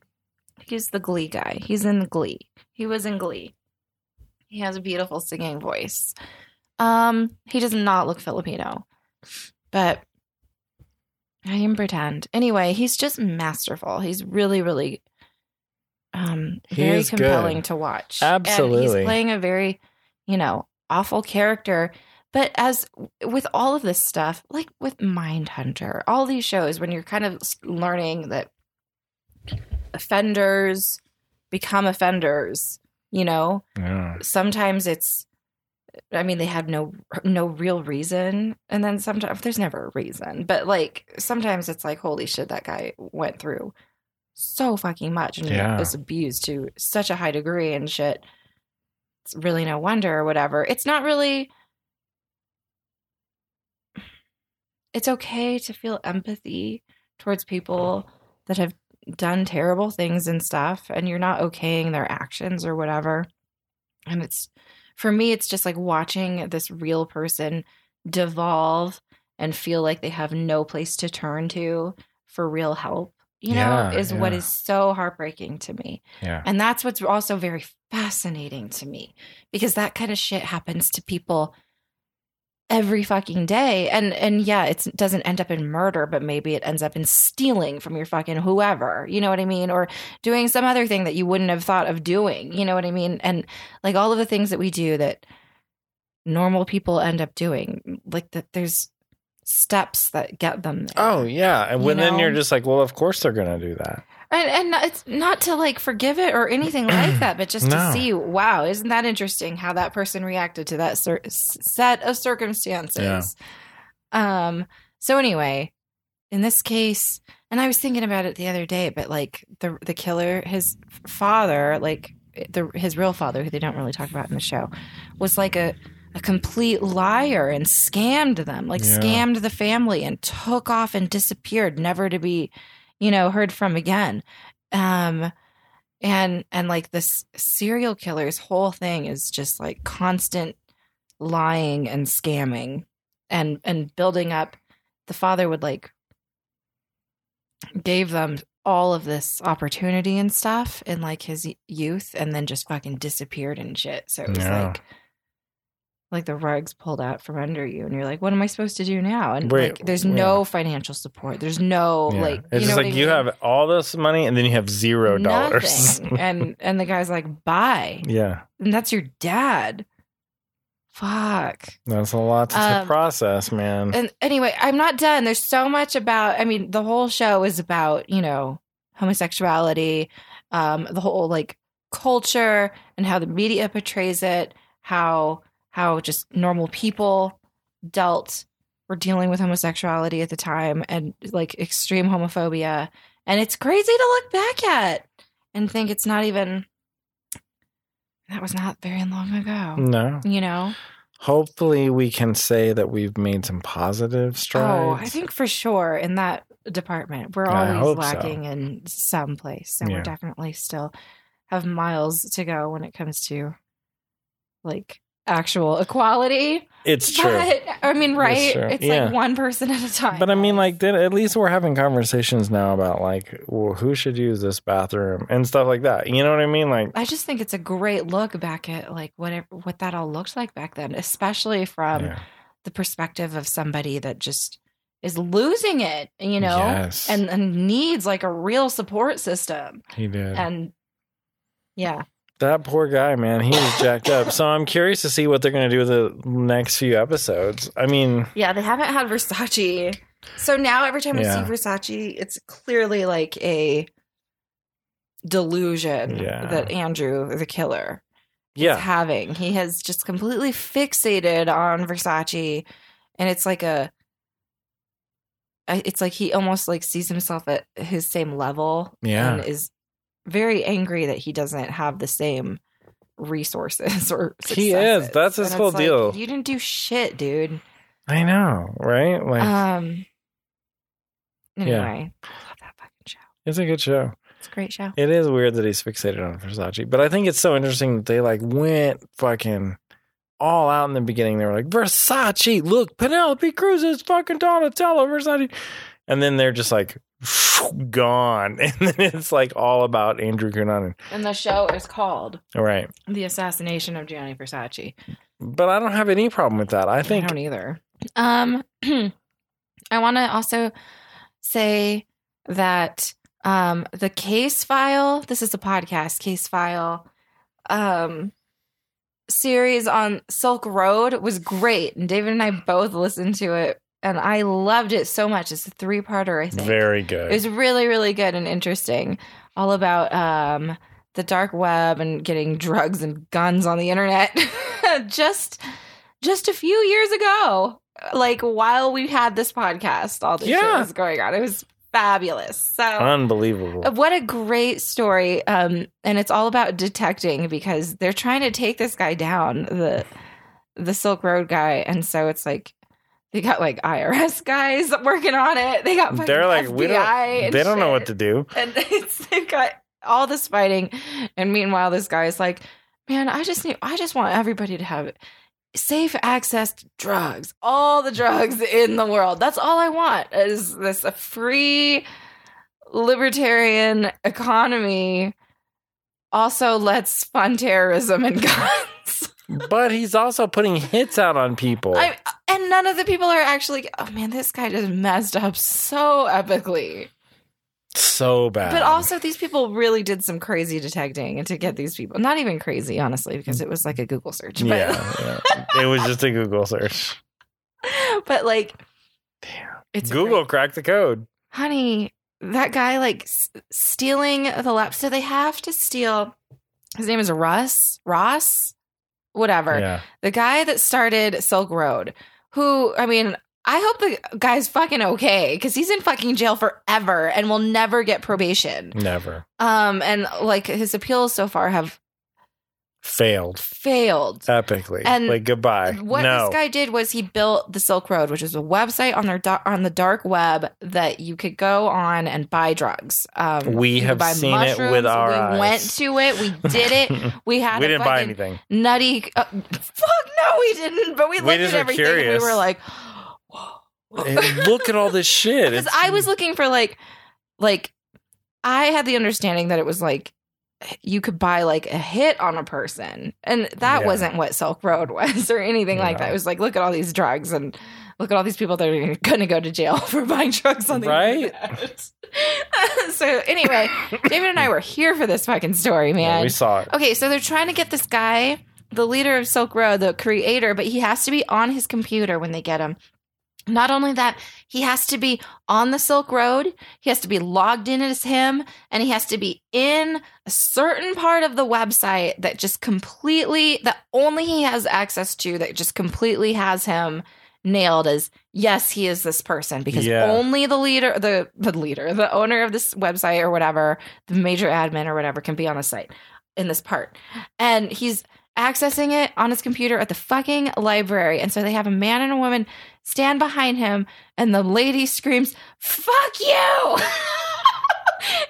S1: He's the glee guy. He's in glee. He was in glee. He has a beautiful singing voice. Um, he does not look Filipino. But I can pretend. Anyway, he's just masterful. He's really, really um
S2: He
S1: very
S2: is good.
S1: compelling to watch. And
S2: Absolutely.
S1: he's playing a very, you know, awful character. But as with all of this stuff, like with Mindhunter, all these shows, when you're kind of s- learning that offenders become offenders, you know,
S2: Yeah.
S1: sometimes it's, I mean, they have no no real reason, and then sometimes there's never a reason, but like sometimes it's like, holy shit, that guy went through so fucking much and
S2: Yeah.
S1: was abused to such a high degree and shit. It's really no wonder or whatever. It's not really. it's okay to feel empathy towards people that have done terrible things and stuff and you're not okaying their actions or whatever and it's for me it's just like watching this real person devolve and feel like they have no place to turn to for real help, you
S2: Yeah,
S1: know, is what
S2: yeah.
S1: is so heartbreaking to me.
S2: Yeah.
S1: And that's what's also very fascinating to me because that kind of shit happens to people every fucking day. And and yeah, it's, it doesn't end up in murder, but maybe it ends up in stealing from your fucking whoever. You know what I mean? Or doing some other thing that you wouldn't have thought of doing. You know what I mean? And like all of the things that we do that normal people end up doing, like that there's steps that get them there.
S2: Oh yeah, and
S1: You
S2: when then
S1: know?
S2: you're just like, well, of course they're gonna do that.
S1: And and not- it's not to like forgive it or anything like that, but just
S2: No.
S1: to see, wow, isn't that interesting how that person reacted to that cer- s- set of circumstances? Um. So anyway, in this case, and I was thinking about it the other day, but like the the killer, his father, like the his real father, who they don't really talk about in the show, was like a a complete liar and scammed them, like
S2: Yeah.
S1: scammed the family and took off and disappeared, never to be, you know, heard from again. Um and and like this serial killer's whole thing is just like constant lying and scamming and and building up the father would like gave them all of this opportunity and stuff in like his youth and then just fucking disappeared and shit so it was
S2: Yeah.
S1: like like the rugs pulled out from under you and you're like what am i supposed to do now and
S2: Wait,
S1: like there's
S2: yeah.
S1: no financial support there's no
S2: Yeah.
S1: like
S2: it's just
S1: what
S2: like
S1: I
S2: you
S1: mean?
S2: have all this money and then you have zero dollars.
S1: Nothing. and and the guy's like bye
S2: yeah,
S1: and that's your dad fuck
S2: that's a lot to to
S1: Um,
S2: process, man.
S1: and anyway, I'm not done. There's so much about. I mean, the whole show is about you know homosexuality, um, the whole like culture and how the media portrays it, how how just normal people dealt were dealing with homosexuality at the time, and like extreme homophobia. And it's crazy to look back at and think it's not even. That was not very long ago,
S2: no,
S1: you know.
S2: hopefully we can say that we've made some positive strides.
S1: Oh, I think for sure in that department, we're
S2: I
S1: always
S2: hope so.
S1: lacking in some place, and
S2: Yeah.
S1: we're definitely still have miles to go when it comes to like actual equality.
S2: it's true.
S1: But I mean, right?
S2: true.
S1: It's,
S2: Yeah.
S1: like one person at a time.
S2: But I mean, like, then at least we're having conversations now about like well, who should use this bathroom and stuff like that. You know what I mean? Like,
S1: I just think it's a great look back at like whatever what that all looked like back then, especially from
S2: yeah.
S1: the perspective of somebody that just is losing it, you know,
S2: yes,
S1: and and needs like a real support system.
S2: he did.
S1: and yeah
S2: That poor guy, man, he was jacked up. So I'm curious to see what they're going to do with the next few episodes. I mean,
S1: yeah they haven't had versace so now every time
S2: Yeah.
S1: i see versace it's clearly like a delusion
S2: Yeah.
S1: that andrew the killer is
S2: yeah,
S1: having he has just completely fixated on versace and it's like a I- it's like he almost like sees himself at his same level
S2: Yeah.
S1: and is very angry that he doesn't have the same resources or
S2: He
S1: successes.
S2: is. That's his
S1: And it's
S2: whole
S1: like,
S2: deal.
S1: you didn't do shit dude
S2: I know, right? Like,
S1: um
S2: Yeah.
S1: anyway I love that fucking show
S2: it's a good show.
S1: it's a great show
S2: It is weird that he's fixated on Versace, but I think it's so interesting that they like went fucking all out in the beginning. They were like, Versace, look, Penelope Cruz is fucking Donatella Versace. And then they're just like, gone. And then it's like all about Andrew Cunanan.
S1: and the show is called
S2: All right.
S1: the assassination of Gianni Versace
S2: But I don't have any problem with that. I think
S1: I don't either. Um, I want to also say that um, the case file. This is a podcast case file. Um, series on Silk Road was great, and David and I both listened to it, and I loved it so much. It's a three parter, I think.
S2: very good.
S1: It was really, really good and interesting. All about um, the dark web and getting drugs and guns on the internet. just, just a few years ago, like while we had this podcast, all this
S2: Yeah.
S1: shit was going on. It was fabulous. So
S2: Unbelievable.
S1: Uh, what a great story. Um, and it's all about detecting because they're trying to take this guy down, the the Silk Road guy. And so it's like they got like IRS guys working on it. They got fucking
S2: They're like,
S1: FBI
S2: we don't,
S1: and
S2: they don't know what
S1: shit.
S2: to do.
S1: And it's, they've got all this fighting. And meanwhile, this guy is like, man, I just need, I just want everybody to have safe access to drugs, all the drugs in the world. That's all I want is this a free libertarian economy. Also, let's fund terrorism and guns.
S2: But he's also putting hits out on people.
S1: I, and none of the people are actually. Oh man, this guy just messed up so epically.
S2: so bad.
S1: But also, these people really did some crazy detecting to get these people. Not even crazy, honestly, because it was like a Google search. But,
S2: yeah, yeah. it was just a Google search.
S1: but like,
S2: Damn.
S1: it's
S2: Google cracked the code.
S1: honey, that guy like s- stealing the lap. So they have to steal. His name is Russ, Ross, whatever.
S2: Yeah.
S1: The guy that started Silk Road, who, I mean, I hope the guy's fucking okay because he's in fucking jail forever and will never get probation.
S2: Never.
S1: Um, and like his appeals so far have
S2: Failed
S1: failed.
S2: epically.
S1: And
S2: like goodbye.
S1: What
S2: no.
S1: this guy did was he built the Silk Road, which is a website on their do- on the dark web that you could go on and buy drugs. Um,
S2: We
S1: you could
S2: have
S1: buy
S2: seen it with our
S1: we
S2: eyes.
S1: went to it. We did it. We had
S2: we
S1: a
S2: didn't buy
S1: fucking
S2: anything.
S1: nutty. Uh, fuck no, we didn't. But we
S2: We
S1: looked
S2: just
S1: at
S2: were
S1: everything. And
S2: curious.
S1: we were like,
S2: Hey, Look at all this shit.
S1: because
S2: It's-
S1: I was looking for like, like I had the understanding that it was like you could buy like a hit on a person, and that
S2: Yeah.
S1: wasn't what Silk Road was or anything like that.
S2: No.
S1: It was like look at all these drugs and look at all these people that are going to go to jail for buying drugs on the
S2: Right?
S1: internet. so anyway, David and I were here for this fucking story,
S2: Yeah,
S1: man.
S2: we saw it.
S1: Okay, so they're trying to get this guy, the leader of Silk Road, the creator, but he has to be on his computer when they get him. Not only that, he has to be on the Silk Road, he has to be logged in as him, and he has to be in a certain part of the website that just completely, that only he has access to, that just completely has him nailed as yes he is this person because
S2: Yeah.
S1: only the leader the the leader the owner of this website or whatever the major admin or whatever can be on the site in this part. And he's accessing it on his computer at the fucking library. And so they have a man and a woman stand behind him, and the lady screams, Fuck you!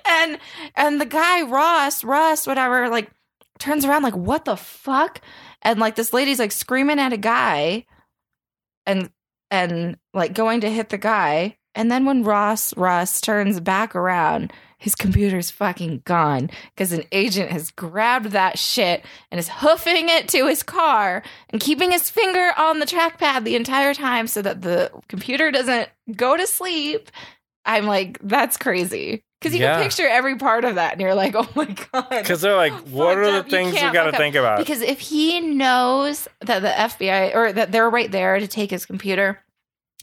S1: and and the guy, Ross, Russ, whatever, like turns around like, what the fuck? And like this lady's like screaming at a guy and and like going to hit the guy. And then when Ross Russ turns back around, his computer's fucking gone because an agent has grabbed that shit and is hoofing it to his car and keeping his finger on the trackpad the entire time so that the computer doesn't go to sleep. I'm like, that's crazy. Because you
S2: Yeah.
S1: can picture every part of that and you're like, oh my God.
S2: Because uh, they're like, what
S1: Fucked
S2: are the
S1: up, you
S2: things we
S1: can't
S2: got
S1: look
S2: to
S1: up.
S2: think about?
S1: Because if he knows that the FBI or that they're right there to take his computer,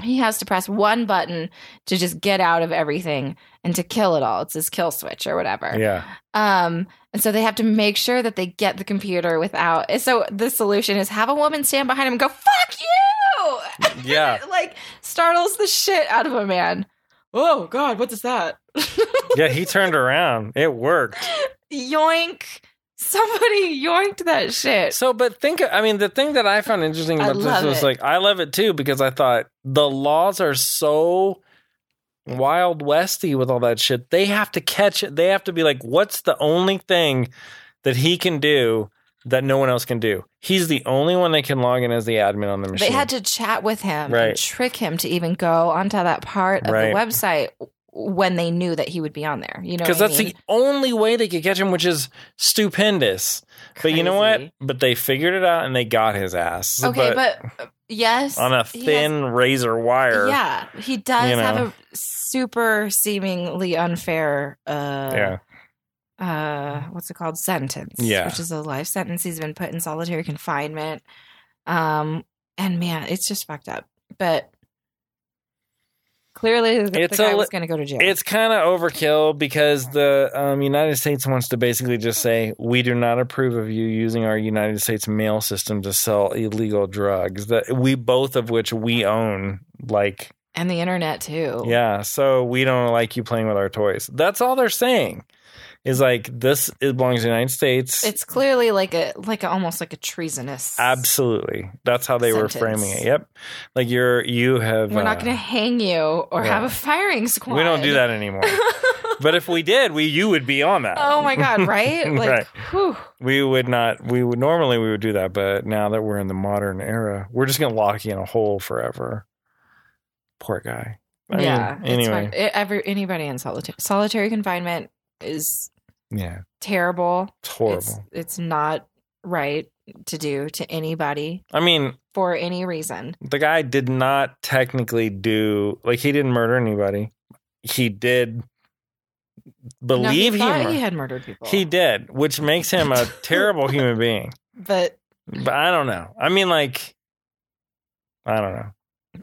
S1: he has to press one button to just get out of everything and to kill it all. It's his kill switch or whatever.
S2: yeah.
S1: Um, and so they have to make sure that they get the computer without. So the solution is have a woman stand behind him and go, "Fuck you!"
S2: Yeah.
S1: It, like startles the shit out of a man. Oh God, what is that?
S2: Yeah. He turned around. It worked.
S1: Yoink! Somebody yoinked that shit.
S2: So, but think, I mean, the thing that I found interesting
S1: I
S2: about this
S1: love
S2: was
S1: it.
S2: like, I love it too, because I thought the laws are so wild westy with all that shit. They have to catch it. They have to be like, what's the only thing that he can do that no one else can do? He's the only one that can log in as the admin on the machine.
S1: They had to chat with him and
S2: Right.
S1: trick him to even go onto that part of
S2: Right.
S1: the website when they knew that he would be on there. You know,
S2: because
S1: what I
S2: that's
S1: mean?
S2: the only way they could catch him, which is stupendous. But you know what?
S1: Crazy.
S2: But they figured it out and they got his ass.
S1: Okay, but, uh, yes,
S2: on a
S1: he has
S2: thin razor wire.
S1: Yeah, he does
S2: You
S1: have
S2: know.
S1: a super seemingly unfair. Uh,
S2: Yeah.
S1: Uh, what's it called? Sentence.
S2: Yeah.
S1: which is a life sentence. He's been put in solitary confinement. Um, and man, it's just fucked up. But clearly, the, the
S2: It's
S1: guy
S2: a li-
S1: was going to go to jail.
S2: It's kind of overkill because the um, United States wants to basically just say, we do not approve of you using our United States mail system to sell illegal drugs, that we both of which we own. Like,
S1: and the internet too.
S2: yeah, so we don't like you playing with our toys. That's all they're saying is like, this it belongs to the United States.
S1: it's clearly like a like a, almost like a treasonous.
S2: Absolutely. That's how they were
S1: Sentence.
S2: framing it. Yep. Like you're you have
S1: We're not
S2: uh,
S1: going to hang you or
S2: yeah.
S1: have a firing squad.
S2: We don't do that anymore. but if we did, we you would be on that.
S1: Oh my god, right? Like,
S2: Right.
S1: whew.
S2: We would not. We would normally we would do that, but now that we're in the modern era, we're just gonna lock you in a hole forever. Poor guy. I mean,
S1: yeah. It's
S2: anyway.
S1: fine. It- every anybody in solitary solitary confinement is
S2: Yeah.
S1: terrible.
S2: It's horrible.
S1: It's, it's not right to do to anybody
S2: I mean,
S1: for any reason.
S2: the guy did not technically do like he didn't murder anybody. He did
S1: No,
S2: believe
S1: he
S2: he,
S1: thought
S2: mur-
S1: he had murdered people.
S2: he did, which makes him a terrible human being.
S1: but
S2: But I don't know. I mean, like, I don't know.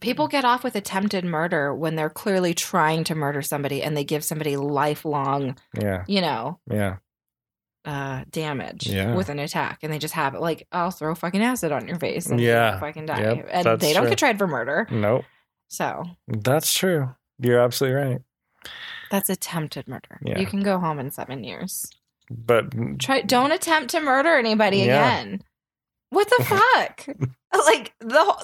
S1: people get off with attempted murder when they're clearly trying to murder somebody and they give somebody lifelong,
S2: Yeah,
S1: you know,
S2: yeah,
S1: uh damage
S2: Yeah.
S1: with an attack and they just have it like I'll throw fucking acid on your face and
S2: Yeah.
S1: you'll fucking die.
S2: Yep,
S1: and
S2: that's
S1: they don't
S2: true.
S1: get tried for murder.
S2: nope.
S1: So
S2: That's true. You're absolutely right.
S1: that's attempted murder.
S2: Yeah.
S1: You can go home in seven years.
S2: But
S1: Try don't attempt to murder anybody
S2: Yeah.
S1: again. What the fuck? like the whole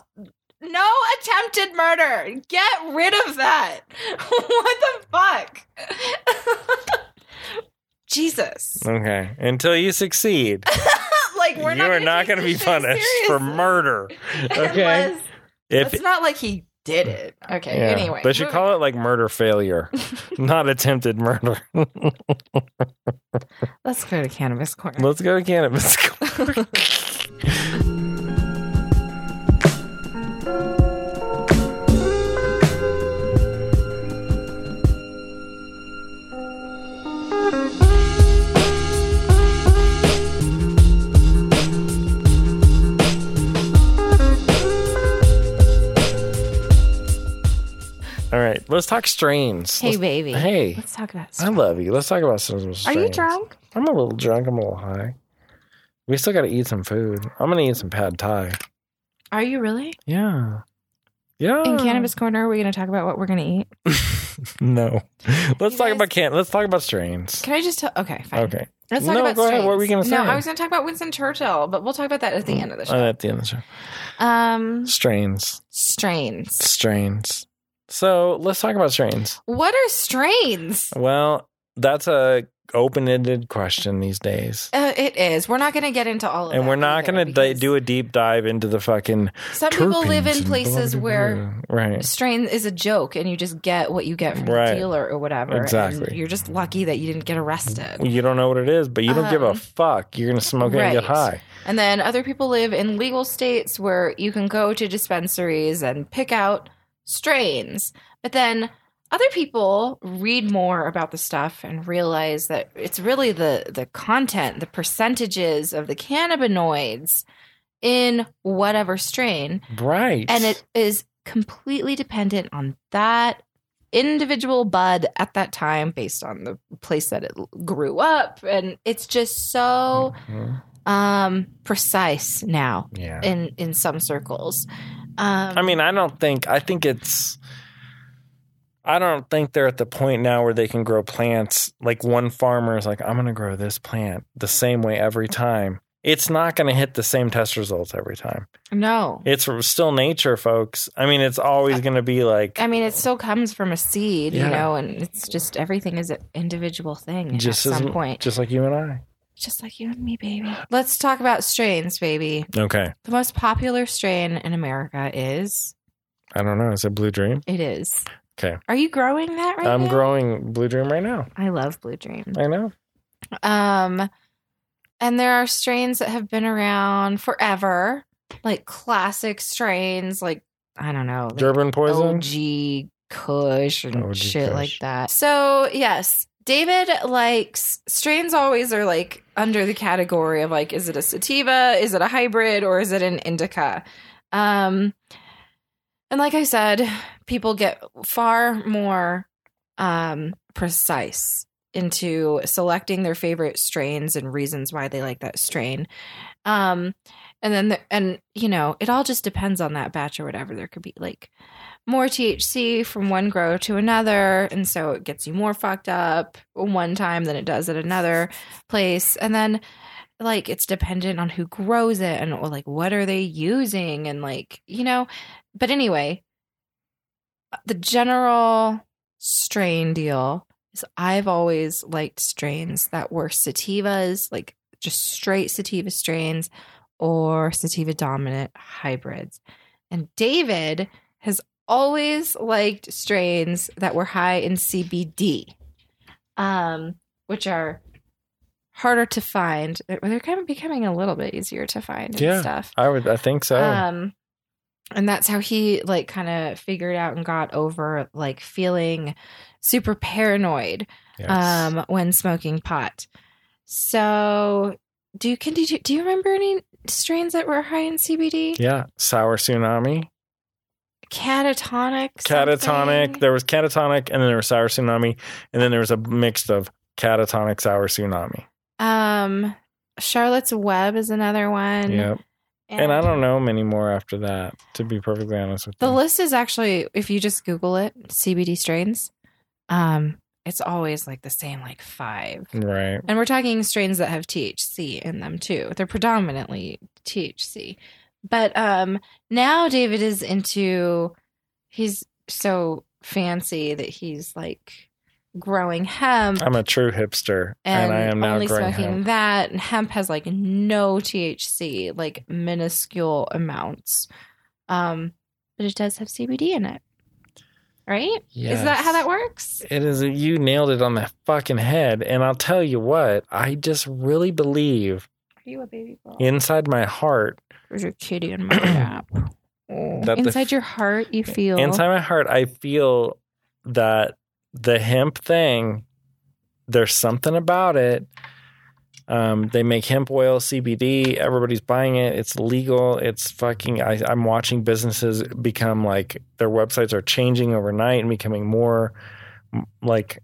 S1: no attempted murder. Get rid of that. what the fuck? Jesus.
S2: okay, until you succeed,
S1: like
S2: you
S1: we're
S2: are not
S1: going to
S2: be punished for murder. Okay,
S1: Unless,
S2: if
S1: it's not like he did it. Okay.
S2: yeah,
S1: Anyway,
S2: they should
S1: moving-
S2: call it like murder failure, not attempted murder.
S1: Let's go to cannabis corner.
S2: Let's go to cannabis. All right, let's talk strains.
S1: hey,
S2: Let's-
S1: baby.
S2: hey,
S1: Let's talk about.
S2: I love you. Let's talk about some strains.
S1: Are you drunk?
S2: I'm a little drunk. I'm a little high. We still got to eat some food. I'm gonna eat some pad thai.
S1: Are you really?
S2: Yeah, yeah.
S1: In cannabis corner, we're going to talk about what we're going to eat.
S2: no. Let's
S1: You
S2: talk
S1: guys-
S2: about can. Let's talk about strains.
S1: Can I just tell? Okay, fine.
S2: Okay.
S1: Let's talk
S2: No,
S1: about
S2: go ahead. What were we
S1: strains.
S2: gonna say?
S1: No, I was going to talk about Winston Churchill, but we'll talk about that at the end of the
S2: Uh,
S1: show.
S2: at the end of the show. Uh,
S1: Um,
S2: Strains.
S1: strains.
S2: Strains. So let's talk about strains.
S1: What are strains?
S2: Well, that's a open-ended question these days.
S1: Uh, it is. We're not going to get into all of
S2: And
S1: that
S2: we're not
S1: either
S2: going to di-
S1: because
S2: do a deep dive into the fucking.
S1: Some people live
S2: terpenes
S1: in
S2: and
S1: places
S2: blah, blah,
S1: where
S2: blah. right,
S1: strain is a joke and you just get what you get from the
S2: Right.
S1: dealer or whatever. and
S2: Exactly.
S1: you're just lucky that you didn't get arrested.
S2: you don't know what it is, but you don't give a
S1: Um,
S2: fuck. You're going to smoke it and get
S1: right.
S2: high.
S1: And then other people live in legal states where you can go to dispensaries and pick out strains. But then other people read more about the stuff and realize that it's really the the content, the percentages of the cannabinoids in whatever strain
S2: Right.
S1: and it is completely dependent on that individual bud at that time based on the place that it l- grew up and it's just so
S2: Mhm.
S1: um precise now
S2: Yeah.
S1: in in some circles um
S2: I mean, I don't think I think it's I don't think they're at the point now where they can grow plants like one farmer is like I'm going to grow this plant the same way every time. It's not going to hit the same test results every time.
S1: no
S2: It's still nature, folks. I mean, it's always going to be like
S1: i mean it still comes from a seed you
S2: Yeah.
S1: know and it's just everything is an individual thing
S2: just
S1: at
S2: as
S1: some point
S2: just like you and I.
S1: just like you and me baby let's talk about strains baby
S2: Okay.
S1: the most popular strain in america is
S2: I don't know. Is it Blue Dream?
S1: It is.
S2: 'Kay.
S1: Are you growing that right
S2: I'm
S1: now?
S2: growing Blue Dream right now.
S1: I love Blue Dream.
S2: I know.
S1: Um, and there are strains that have been around forever, like classic strains, like I don't know, like
S2: Durban poison.
S1: OG Kush and
S2: OG
S1: shit
S2: Kush.
S1: like that. So yes, David likes strains. Always are like under the category of like, is it a sativa? Is it a hybrid? Or is it an indica? Um, and like I said, people get far more um, precise into selecting their favorite strains and reasons why they like that strain. Um, and then, the, and you know, it all just depends on that batch or whatever. There could be like more THC from one grow to another. And so it gets you more fucked up one time than it does at another place. And then, like, it's dependent on who grows it and, or, like, what are they using? And, like, you know, but anyway, the general strain deal So I've always liked strains that were sativas, like just straight sativa strains or sativa dominant hybrids. And David has always liked strains that were high in CBD, um, which are harder to find. They're- They're kind of becoming a little bit easier to find and
S2: Yeah.
S1: stuff.
S2: I would. I think so.
S1: Um, and that's how he like kind of figured out and got over like feeling super paranoid
S2: Yes.
S1: um when smoking pot. So do you can do you, do you remember any strains that were high in CBD?
S2: yeah. Sour tsunami.
S1: Catatonic.
S2: catatonic.
S1: something?
S2: There was catatonic, and then there was sour tsunami, and then there was a mix of catatonic sour tsunami.
S1: Um Charlotte's Web is another one.
S2: yep. And, I don't know many more after that. To be perfectly honest with
S1: The
S2: you,
S1: list is actually, if you just Google it, CBD strains, um, it's always like the same, like five.
S2: right?
S1: And we're talking strains that have THC in them too. They're predominantly THC. But um now David is into he's so fancy that he's like growing hemp
S2: I'm a true hipster,
S1: and,
S2: and, I am now
S1: only
S2: growing
S1: smoking
S2: hemp.
S1: that and hemp has like no THC, like minuscule amounts. Um but it does have CBD in it. Right? Is that how
S2: Yes.
S1: that works?
S2: It is. You nailed it on the fucking head. And I'll tell you what. I just really believe
S1: Are you a baby girl?
S2: inside my heart
S1: There's a kitty in my lap. Oh.
S2: That the
S1: Inside
S2: f-
S1: your heart, you feel.
S2: Inside my heart, I feel that the hemp thing, there's something about it. Um, they make hemp oil, CBD. Everybody's buying it. It's legal. It's fucking. I, I'm watching businesses become like their websites are changing overnight and becoming more m- like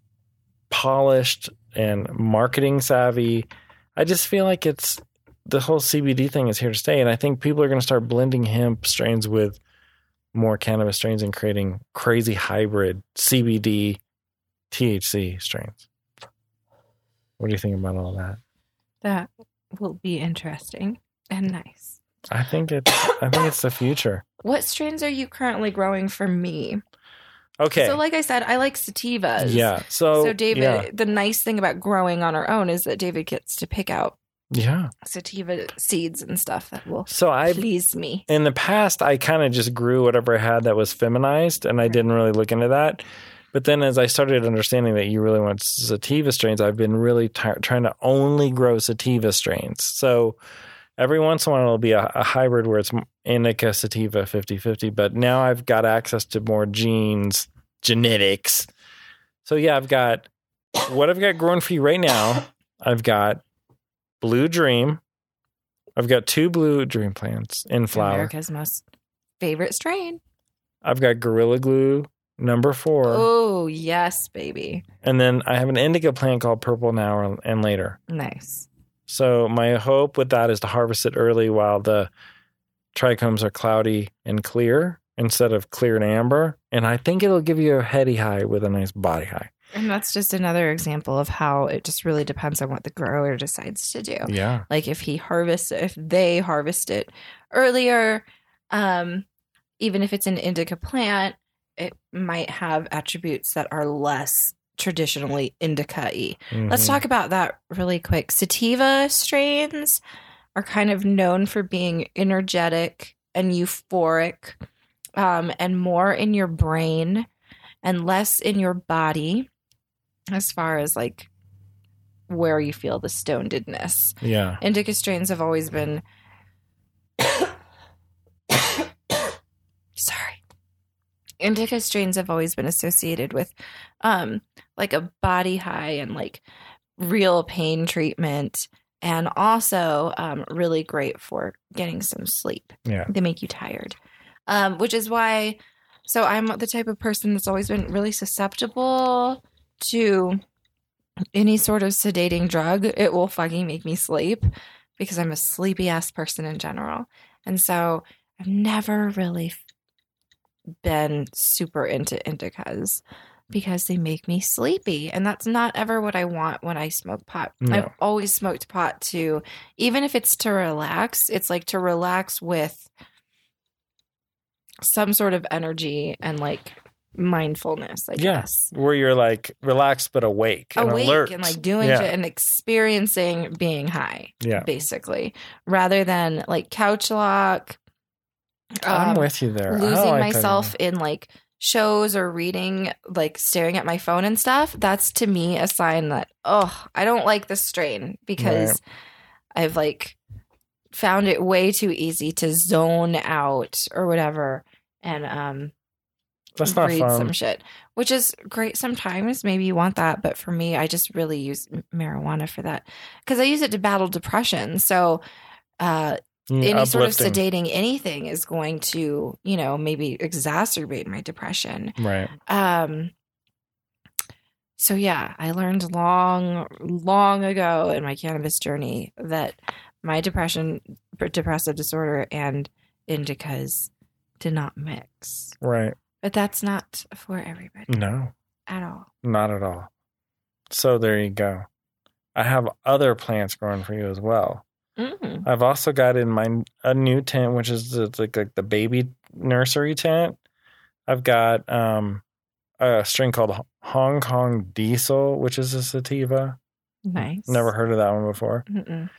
S2: polished and marketing savvy. I just feel like it's the whole CBD thing is here to stay. And I think people are going to start blending hemp strains with more cannabis strains and creating crazy hybrid CBD THC strains. What do you think about all that?
S1: that will be interesting and nice.
S2: I think it's I think it's the future.
S1: What strains are you currently growing for me?
S2: Okay.
S1: So, like I said, I like sativas.
S2: yeah. So,
S1: So, David,
S2: Yeah.
S1: the nice thing about growing on our own is that David gets to pick out
S2: yeah.
S1: sativa seeds and stuff that will
S2: So I
S1: please me.
S2: in the past I kind of just grew whatever I had that was feminized and I didn't really look into that. But then as I started understanding that you really want sativa strains, I've been really ty- trying to only grow sativa strains. So every once in a while it'll be a, a hybrid where it's m- indica sativa 50-50, but now I've got access to more genes, genetics. So yeah, I've got what I've got growing for you right now. I've got Blue Dream. I've got two Blue Dream plants in flower.
S1: America's most favorite strain.
S2: I've got Gorilla Glue number four,
S1: Oh, yes, baby.
S2: and then I have an indica plant called Purple Now and later.
S1: Nice.
S2: So my hope with that is to harvest it early while the trichomes are cloudy and clear instead of clear and amber, and I think it'll give you a heady high with a nice body high.
S1: And that's just another example of how it just really depends on what the grower decides to do.
S2: Yeah,
S1: like if he harvests if they harvest it earlier um even if it's an indica plant it might have attributes that are less traditionally indica y
S2: Mm-hmm.
S1: let's talk about that really quick sativa strains are kind of known for being energetic and euphoric um, and more in your brain and less in your body as far as like where you feel the stonedness
S2: Yeah,
S1: indica strains have always been sorry indica strains have always been associated with um like a body high and like real pain treatment and also um, really great for getting some sleep
S2: yeah,
S1: they make you tired um, which is why so i'm the type of person that's always been really susceptible to any sort of sedating drug it will fucking make me sleep because i'm a sleepy ass person in general and so i've never really been super into indicas because they make me sleepy and that's not ever what i want when i smoke pot
S2: No.
S1: i've always smoked pot to even if it's to relax it's like to relax with some sort of energy and like mindfulness, I
S2: Yeah.
S1: guess.
S2: where you're like relaxed but awake, and
S1: Awake
S2: alert.
S1: and like doing
S2: Yeah.
S1: shit and experiencing being high,
S2: yeah.
S1: basically, rather than like couch lock.
S2: I'm
S1: um,
S2: with you there. oh, I don't
S1: losing
S2: like that
S1: myself in like shows or reading, like staring at my phone and stuff, that's to me a sign that, oh, I don't like this strain because
S2: Right.
S1: I've like found it way too easy to zone out or whatever and um
S2: anymore. That's not
S1: read some
S2: fun.
S1: shit. Which is great sometimes. Maybe you want that, but for me, I just really use marijuana for that. Because I use it to battle depression. So uh
S2: Mm,
S1: any
S2: Uplifting.
S1: sort of sedating anything is going to you know maybe exacerbate my depression
S2: Right.
S1: um so yeah i learned long long ago in my cannabis journey that my depression depressive disorder and indicas did not mix
S2: Right.
S1: but that's not for everybody
S2: No,
S1: at all
S2: not at all. So there you go. I have other plants growing for you as well.
S1: mm.
S2: I've also got in my a new tent, which is the, like like the baby nursery tent. I've got um, a string called H- Hong Kong Diesel, which is a sativa.
S1: nice
S2: Never heard of that one before.
S1: Mm-mm.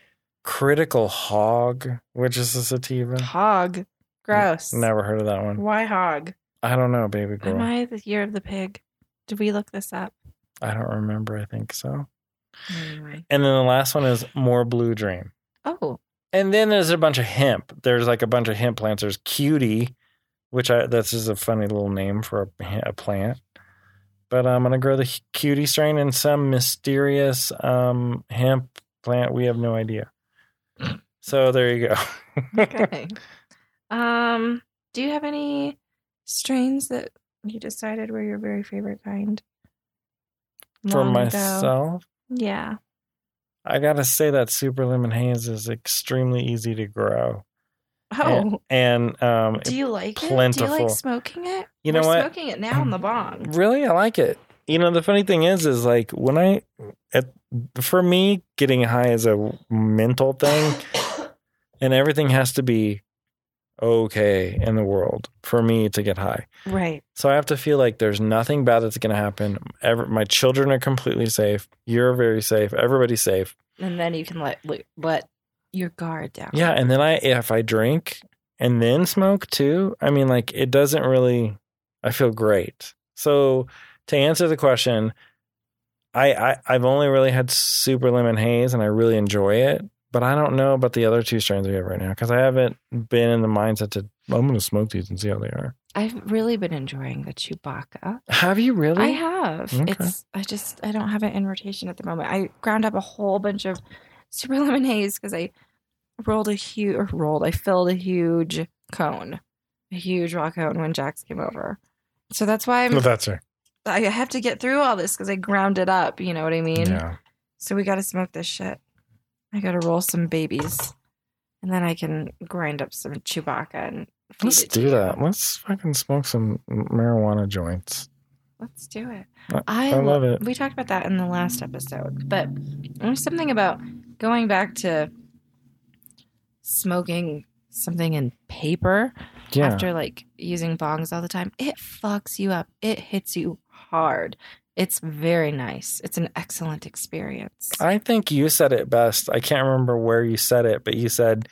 S2: Critical Hog, which is a sativa.
S1: hog gross
S2: Never heard of that one.
S1: why hog
S2: I don't know, baby girl.
S1: am i the year of the pig did we look this up
S2: I don't remember. I think so.
S1: anyway
S2: And then the last one is More Blue Dream.
S1: Oh,
S2: And then there's a bunch of hemp. There's like a bunch of hemp plants. There's cutie, which I that's just a funny little name for a, a plant. But I'm gonna grow the cutie strain and some mysterious um, hemp plant. We have no idea. So there you go.
S1: okay. um, do you have any strains that you decided were your very favorite kind?
S2: for
S1: Long ago?
S2: myself,
S1: Yeah.
S2: I gotta say that super lemon haze is extremely easy to grow.
S1: Oh,
S2: and, and, um,
S1: do you like it? Do you
S2: plentiful.
S1: like smoking it?
S2: you know
S1: We're
S2: what?
S1: smoking it now in the bong.
S2: Really, I like it. You know, the funny thing is, is like when I, at, for me, getting high is a mental thing, and everything has to be okay in the world for me to get high.
S1: right.
S2: So I have to feel like there's nothing bad that's going to happen. Ever, my children are completely safe. You're very safe. Everybody's safe.
S1: And then you can let lo- let your guard down.
S2: Yeah, and then I, if I drink and then smoke too, I mean, like it doesn't really. I feel great. So to answer the question, I, I I've only really had super lemon haze, and I really enjoy it. But I don't know about the other two strains we have right now because I haven't been in the mindset to. I'm going to smoke these and see how they are.
S1: I've really been enjoying the Chewbacca.
S2: Have you really?
S1: I have.
S2: Okay.
S1: It's I just I don't have it in rotation at the moment. I ground up a whole bunch of super lemon haze because I rolled a huge or rolled I filled a huge cone, a huge rock cone when Jax came over. So that's why I'm
S2: that's her.
S1: I have to get through all this because I ground it up. You know what I mean?
S2: Yeah.
S1: So we got to smoke this shit. I got to roll some babies, and then I can grind up some Chewbacca and feed
S2: Let's
S1: it to
S2: do
S1: you.
S2: that. Let's fucking smoke some marijuana joints.
S1: Let's do it.
S2: I-
S1: I,
S2: I love
S1: lo-
S2: it.
S1: We talked about that in the last episode, but there's something about going back to smoking something in paper
S2: Yeah.
S1: after like using bongs all the time. It fucks you up. It hits you hard. It's very nice. It's an excellent experience.
S2: I think you said it best. I can't remember where you said it, but you said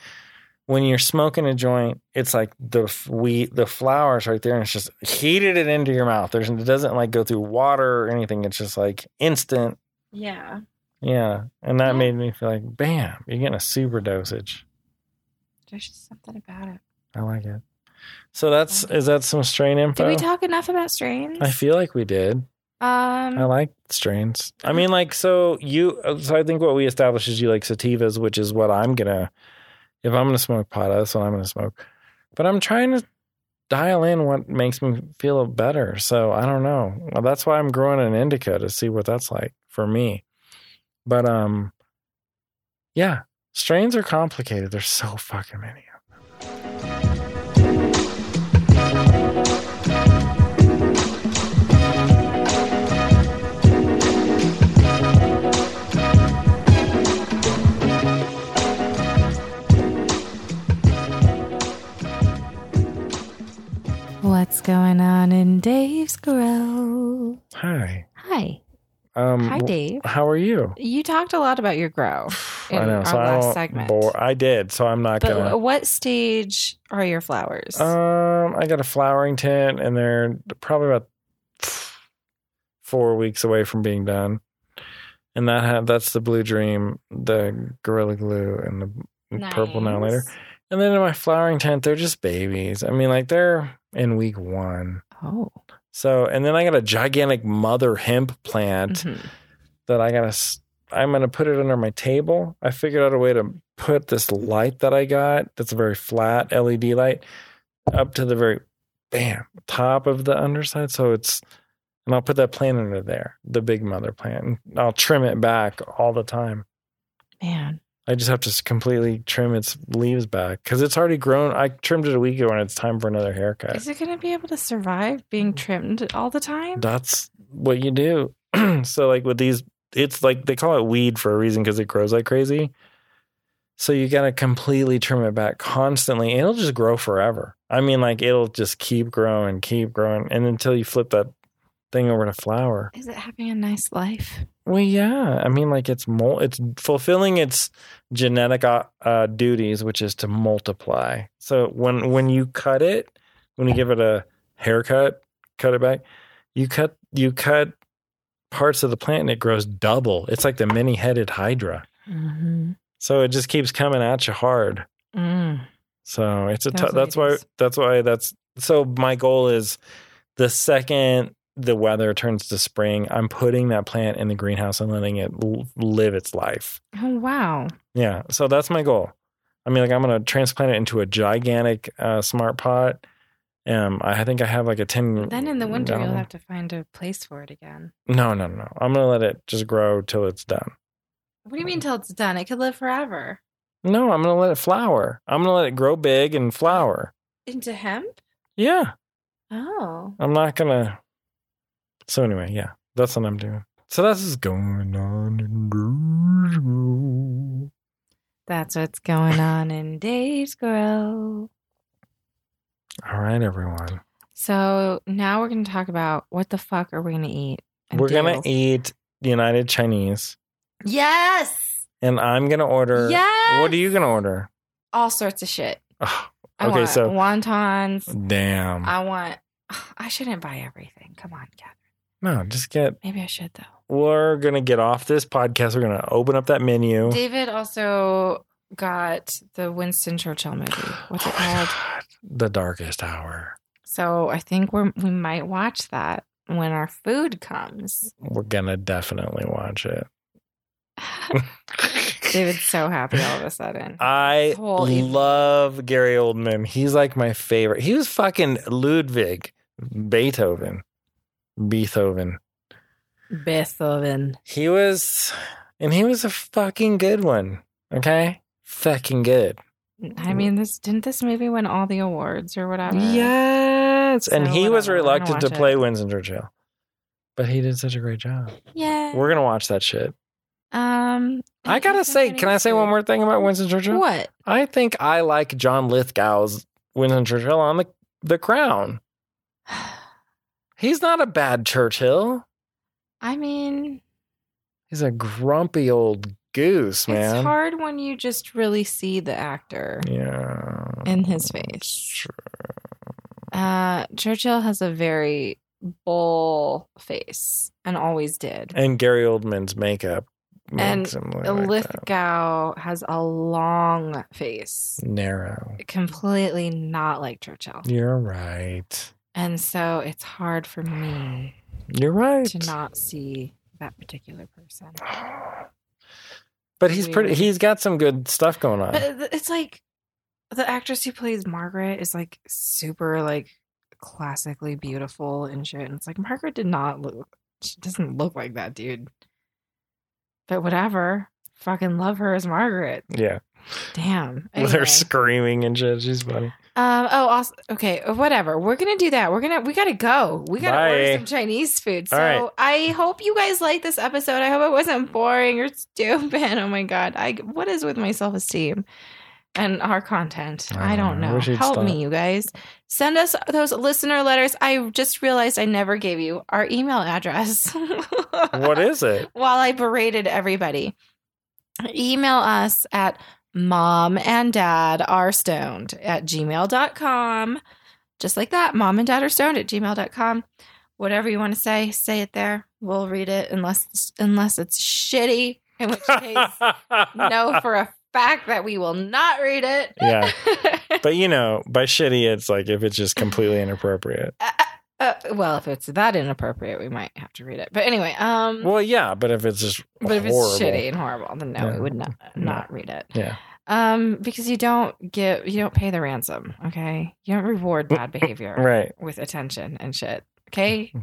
S2: when you're smoking a joint, it's like the f- wheat, the flowers right there, and it's just heated it into your mouth. There's it doesn't like go through water or anything. It's just like instant.
S1: yeah.
S2: Yeah, and that
S1: Yeah.
S2: made me feel like, bam, you're getting a super dosage.
S1: There's just something about it.
S2: I like it. So that's is that some strain info?
S1: Did we talk enough about strains?
S2: I feel like we did.
S1: um
S2: I like strains. I mean, like, so you, so I think what we established is you like sativas, which is what I'm gonna, if I'm gonna smoke pot, that's what I'm gonna smoke. But I'm trying to dial in what makes me feel better. So I don't know. Well, that's why I'm growing an indica to see what that's like for me. But, um, yeah, strains are complicated. There's so fucking many.
S1: What's going on in Dave's grow?
S2: Hi.
S1: Hi.
S2: Um,
S1: Hi, Dave.
S2: How are you?
S1: You talked a lot about your grow in
S2: I know.
S1: our
S2: so I
S1: last
S2: don't
S1: segment.
S2: bore- I did, so I'm not
S1: but
S2: gonna.
S1: what stage are your flowers?
S2: Um, I got a flowering tent, and they're probably about four weeks away from being done. And that ha- that's the blue dream, the gorilla glue, and the purple now later.
S1: Nice.
S2: And then in my flowering tent, they're just babies. I mean, like they're in week one.
S1: Oh.
S2: So, and then I got a gigantic mother hemp plant
S1: mhm.
S2: that I gotta. s- I'm gonna put it under my table. I figured out a way to put this light that I got. That's a very flat LED light up to the very bam top of the underside. So it's and I'll put that plant under there, the big mother plant, and I'll trim it back all the time.
S1: Man.
S2: I just have to s- completely trim its leaves back because it's already grown. I trimmed it a week ago, and it's time for another haircut.
S1: Is it going to be able to survive being
S2: Mm.
S1: trimmed all the time?
S2: That's what you do. so like with these, it's like they call it weed for a reason because it grows like crazy. So you gotta completely trim it back constantly. and It'll just grow forever. I mean, like it'll just keep growing, keep growing, and until you flip that thing over to flower.
S1: Is it having a nice life?
S2: Well, yeah. I mean, like it's mul- it's fulfilling its genetic uh, uh, duties, which is to multiply. So when when you cut it, when you give it a haircut, cut it back, you cut you cut parts of the plant and it grows double. It's like the many headed hydra.
S1: Mm-hmm.
S2: So it just keeps coming at you hard.
S1: Mm.
S2: So it's a
S1: That's
S2: tou-
S1: what
S2: that's
S1: it
S2: why
S1: is.
S2: that's why that's so my goal is the second the weather turns to spring, I'm putting that plant in the greenhouse and letting it l- live its life.
S1: Oh, wow.
S2: Yeah, so that's my goal. I mean, like I'm gonna transplant it into a gigantic uh, smart pot. Um, I think I have like a ten.
S1: Then in the winter,
S2: gallon-
S1: you'll have to find a place for it again.
S2: No, no, no. I'm gonna let it just grow till it's done.
S1: What do
S2: Mm.
S1: you mean till it's done? It could live forever.
S2: No, I'm gonna let it flower. I'm gonna let it grow big and flower.
S1: Into hemp?
S2: Yeah.
S1: Oh.
S2: I'm not gonna. So anyway, yeah, that's what I'm doing. So that's what's going on in Roseville.
S1: That's what's going on in Dave's Grow.
S2: All right, everyone.
S1: So now we're going to talk about what the fuck are we going to eat? and
S2: We're
S1: do.
S2: gonna eat United Chinese,
S1: Yes.
S2: and I'm gonna order.
S1: Yes.
S2: What are you gonna order?
S1: All sorts of shit.
S2: Ugh,
S1: I
S2: Okay,
S1: want
S2: so-
S1: wontons.
S2: damn.
S1: I want. I shouldn't buy everything. Come on, Catherine.
S2: no, just get.
S1: Maybe I should though.
S2: We're gonna get off this podcast. We're gonna open up that menu.
S1: David also got the Winston Churchill movie. What's
S2: Oh
S1: it
S2: my
S1: called?
S2: God, The darkest hour.
S1: So I think we're we might watch that when our food comes.
S2: We're gonna definitely watch it.
S1: David's so happy all of a sudden.
S2: I
S1: Whole evening.
S2: love Gary Oldman. He's like my favorite. He was fucking Ludwig Beethoven. Beethoven.
S1: Beethoven.
S2: He was, and he was a fucking good one. Okay? Fucking good.
S1: I mean, this didn't this movie win all the awards or whatever.
S2: Yes. And
S1: So
S2: he was
S1: whatever, we're gonna
S2: reluctant to
S1: watch
S2: play Winston Churchill, but he did such a great job.
S1: yeah.
S2: We're going to watch that shit.
S1: Um,
S2: I got to say, can I say one more thing about Winston Churchill?
S1: What?
S2: I think I like John Lithgow's Winston Churchill on the, the crown. He's not a bad Churchill.
S1: I mean,
S2: He's a grumpy old goose, man.
S1: it's hard when you just really see the actor
S2: Yeah.
S1: in his face. Uh, Churchill has a very bull face and always did.
S2: And Gary Oldman's makeup makes him look like that.
S1: Lithgow has a long face,
S2: narrow.
S1: completely not like Churchill.
S2: You're right.
S1: And so it's hard for me
S2: You're right.
S1: to not see that particular person.
S2: But he's pretty.
S1: Weird.
S2: He's got some good stuff going on.
S1: But it- it's like the actress who plays Margaret is like super like classically beautiful and shit. And it's like Margaret did not look she doesn't look like that, dude. But whatever. Fucking love her as Margaret.
S2: yeah,
S1: Damn.
S2: with her
S1: Anyway.
S2: screaming and shit. She's funny.
S1: Um. Oh. Also, okay. Whatever. We're gonna do that. We're gonna. We gotta go. We gotta
S2: Bye.
S1: order some Chinese food. So
S2: All right.
S1: I hope you guys liked this episode. I hope it wasn't boring or stupid. Oh my god. I. What is with my self esteem? and our content.
S2: I
S1: I don't
S2: know. I
S1: know.
S2: wish you'd
S1: Help
S2: stop.
S1: me, you guys. Send us those listener letters. I just realized I never gave you our email address.
S2: What is it?
S1: While I berated everybody, email us at mom and dad are stoned at gmail.com. Just like that, mom and dad are stoned at gmail.com. Whatever you want to say, say it there. We'll read it unless unless it's shitty, in which case know for a fact that we will not read it.
S2: Yeah. But you know, by shitty, it's like if it's just completely inappropriate.
S1: Uh, well, if it's that inappropriate, we might have to read it. But anyway, um,
S2: Well, yeah, but if it's just
S1: but if it's
S2: horrible,
S1: shitty and horrible, then no,
S2: Yeah.
S1: we would not not read it.
S2: Yeah.
S1: Um, because you don't give, you don't pay the ransom. Okay, you don't reward bad behavior
S2: right? Mm-hmm.
S1: with attention and shit. Okay.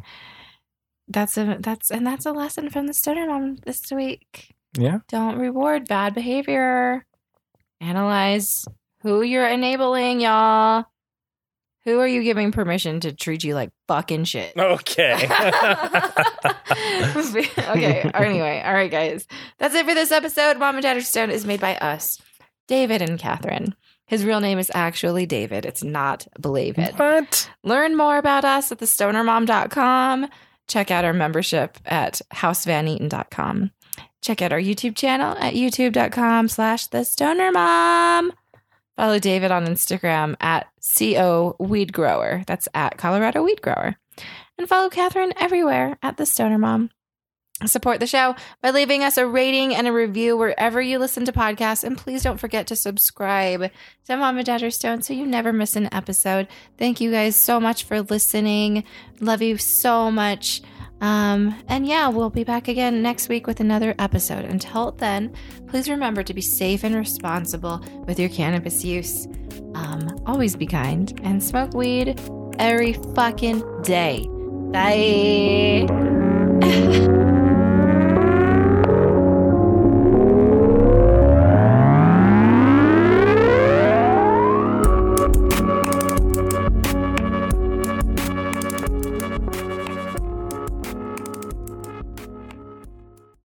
S1: That's a that's and that's a lesson from the stoner mom this week.
S2: Yeah.
S1: Don't reward bad behavior. Analyze who you're enabling, y'all. Who are you giving permission to treat you like fucking shit?
S2: Okay.
S1: okay. Anyway, all right, guys. That's it for this episode. Mom and Dad Are Stone is made by us, David and Catherine. His real name is actually David. It's not Believe It.
S2: what?
S1: Learn more about us at thestonermom.com. Check out our membership at housevaneaton.com. Check out our YouTube channel at youtube.com slash thestonermom. Follow David on Instagram at CO Weed Grower. That's at Colorado Weed Grower. And follow Catherine everywhere at The Stoner Mom. Support the show by leaving us a rating and a review wherever you listen to podcasts. And please don't forget to subscribe to Mom and Dad Are Stone so you never miss an episode. Thank you guys so much for listening. Love you so much. Um, and yeah, we'll be back again next week with another episode. Until then, please remember to be safe and responsible with your cannabis use. Um, always be kind and smoke weed every fucking day. Bye.